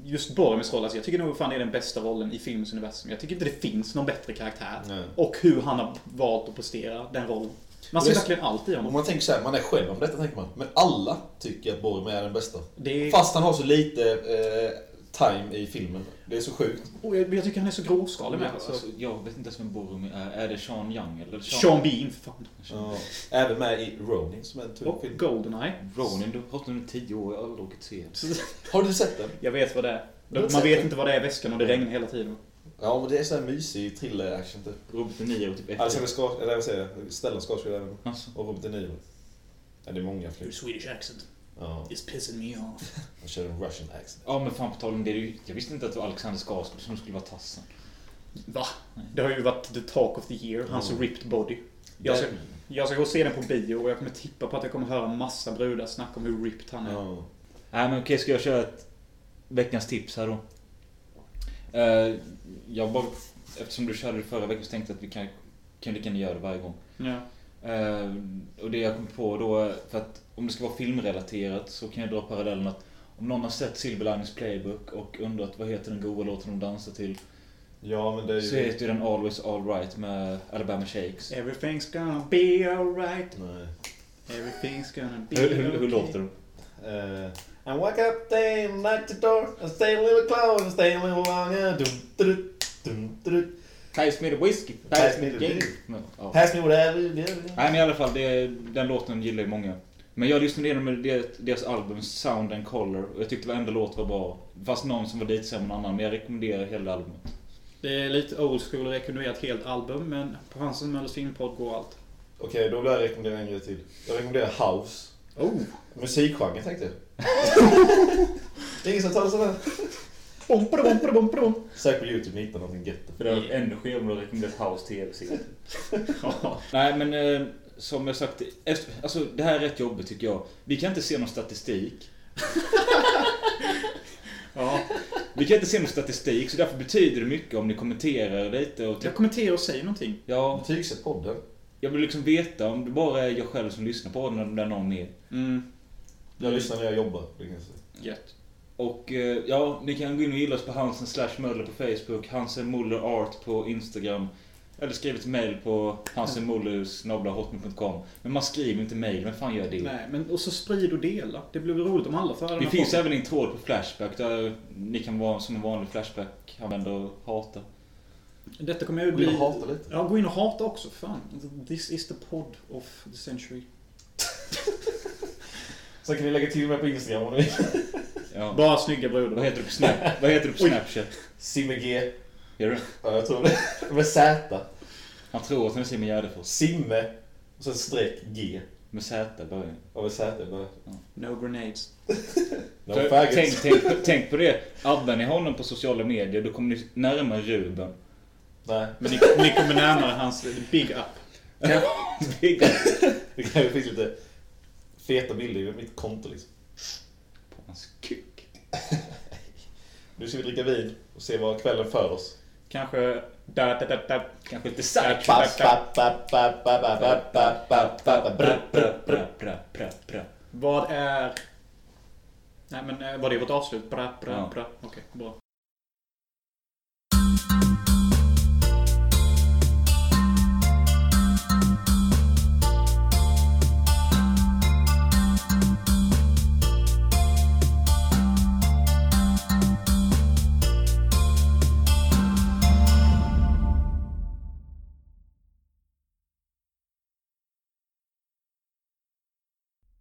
Speaker 1: Just Boromirs roll, alltså jag tycker nog fan det är den bästa rollen i filmens universum. Jag tycker inte det finns någon bättre karaktär.
Speaker 2: Nej.
Speaker 1: Och hur han har valt att prestera den rollen. Man ser
Speaker 2: Det är-
Speaker 1: verkligen allt i
Speaker 2: Om
Speaker 1: honom.
Speaker 2: man tänker så här, man är själv om detta tänker man. Men alla tycker att Boromir är den bästa.
Speaker 1: Det är,
Speaker 2: Fast han har så lite eh, time i filmen. Det är så sjukt.
Speaker 1: och jag, jag tycker han är så gråskalig med.
Speaker 3: alltså,
Speaker 1: Alltså.
Speaker 3: jag vet inte ens vem Boromir är. Är det Sean Young eller?
Speaker 1: Sean Bean, för fan.
Speaker 2: Ja. Även med i Ronin som är en tung
Speaker 1: Och
Speaker 2: film.
Speaker 1: Goldeneye.
Speaker 3: Ronin, du har pratat om den i tio år. Jag har aldrig åkt se den.
Speaker 2: Har du sett den?
Speaker 1: Jag vet vad det är.
Speaker 2: Du har
Speaker 1: Man
Speaker 2: sett
Speaker 1: vet
Speaker 2: det.
Speaker 1: inte vad det är i väskan och det regnar hela tiden.
Speaker 2: Ja, men det är så här mysig thriller-action typ.
Speaker 3: Robert De Niro typ efter.
Speaker 2: Alexander Skarsgård, eller vad säger jag? Stellan Skarsgård även.
Speaker 3: Alltså.
Speaker 2: Och Robert De Niro. Ja, det är många fler.
Speaker 1: Swedish accent
Speaker 2: Ja,
Speaker 1: is pissing me off.
Speaker 2: han kör en Russian accent.
Speaker 3: Ja men fan på tal om det. det är ju- Jag visste inte att det var Alexander Skarsgård som skulle vara tassen.
Speaker 1: Va? Det har ju varit the talk of the year, hans ripped body. Jag ska,
Speaker 2: Den-
Speaker 1: jag ska gå och se den på bio och jag kommer tippa på att jag kommer höra massa brudar snacka om hur ripped han är.
Speaker 2: Ja.
Speaker 3: Nej men okej, ska jag köra ett veckans tips här då? Eh, jag bara, eftersom du körde det förra veckan så tänkte jag att vi kan, kan lika gärna göra det varje gång.
Speaker 1: Ja.
Speaker 3: Eh, och det jag kom på då, är- för att om det ska vara filmrelaterat så kan jag dra parallellen att om någon har sett Silver Linings Playbook och undrat vad heter den goda låten de dansar till
Speaker 2: ja, men det är
Speaker 3: så
Speaker 2: ju...
Speaker 3: heter ju den Always Alright med Alabama Shakes.
Speaker 1: Everything's gonna be alright.
Speaker 2: Nej.
Speaker 1: Everything's gonna be
Speaker 3: Hur, hur, hur
Speaker 1: okay.
Speaker 3: låter den?
Speaker 2: Uh, I wake up day and night the door and stay a little close and stay a little longer. Dum, dum, dum, dum.
Speaker 3: Pass me the whiskey,
Speaker 2: Pass me the
Speaker 3: gin.
Speaker 2: beer.
Speaker 3: Men, ja.
Speaker 2: Pass me whatever you do.
Speaker 3: Nej men i alla fall, det, den låten gillar ju många. Men jag lyssnade igenom det- deras album Sound and Color och jag tyckte varenda låt var bra. Fast någon som var lite sämre än någon annan, men jag rekommenderar hela albumet.
Speaker 1: Det är lite old school att rekommendera ett helt album, men på Hans och Möllers filmpodd går allt.
Speaker 2: Okej, då vill jag rekommendera en grej till. Jag rekommenderar house.
Speaker 1: Oh!
Speaker 2: Musikgenre tänkte jag. det är ingen som talar sådär.
Speaker 1: Bom, bom, bom, bom, bom.
Speaker 2: Säkert på Youtube ni hittar någonting gött.
Speaker 3: För det hade varit ännu skevare om du rekommenderat House TV-serien. Nej men eh, som jag sagt, efter- alltså det här är rätt jobbigt tycker jag. Vi kan inte se någon statistik.
Speaker 1: Ja.
Speaker 3: Vi kan inte se någon statistik så därför betyder det mycket om ni kommenterar lite och typ,
Speaker 1: Jag kommenterar och säger någonting.
Speaker 3: ja,
Speaker 2: Betygsätt podden.
Speaker 3: jag vill liksom veta om det bara är jag själv som lyssnar på den eller om det är någon mer.
Speaker 1: Mm.
Speaker 2: Jag lyssnar när jag jobbar. det kan jag säga.
Speaker 1: Gött.
Speaker 3: Och eh, ja, ni kan gå in och gilla oss på Hansen slash Möller på Facebook, Hansen Muller Art på Instagram. Eller skriv ett mail på hansenmuller.hotmail.com. Men man skriver inte mail, vem fan gör det?
Speaker 1: Nej, men och så sprid och dela. Det blir väl roligt om alla får höra den
Speaker 3: Det
Speaker 1: här
Speaker 3: finns
Speaker 1: podden.
Speaker 3: även en tråd på Flashback där ni kan vara som en vanlig Flashback-användare och hata.
Speaker 1: Detta kommer ju
Speaker 2: Gå in
Speaker 1: bli...
Speaker 2: och hata lite.
Speaker 1: Ja, gå in och hata också. Fan. This is the pod of the century.
Speaker 2: Sen kan ni lägga till mig på Instagram om ni vill.
Speaker 3: Ja.
Speaker 1: Bara snygga
Speaker 3: Vad
Speaker 1: brudar.
Speaker 3: heter du på, Snap? Vad heter du på Snapchat?
Speaker 2: Simme G.
Speaker 3: Gör du?
Speaker 2: Ja, jag tror det. Med Z.
Speaker 3: Han tror att han är Simon Gärdenfors.
Speaker 2: Simme. Och sen streck G.
Speaker 3: Med Z i början.
Speaker 2: Ja, med Z. bara.
Speaker 1: No grenades.
Speaker 2: No
Speaker 3: För
Speaker 2: faggots.
Speaker 3: tänk, tänk, tänk på det. Addar ni honom på sociala medier, då kommer ni närmare Ruben.
Speaker 2: Nej.
Speaker 1: Men ni, ni kommer närmare hans big up.
Speaker 3: Big up.
Speaker 2: Det kanske finns lite feta bilder i mitt konto liksom.
Speaker 3: På hans kuk.
Speaker 2: Nu ska vi dricka vin och se vad kvällen för oss.
Speaker 1: Kanske... Da, da, da, da.
Speaker 3: Kanske inte säkert.
Speaker 2: Ba, ba, ba, ba, ba, ba, ba, ba, ba, ba, ba,
Speaker 3: Bra, bra, bra, bra, bra, bra.
Speaker 1: Vad är... Nej men eh, var det vårt avslut? Bra, bra,
Speaker 3: Ja.
Speaker 1: bra. Okej, bra.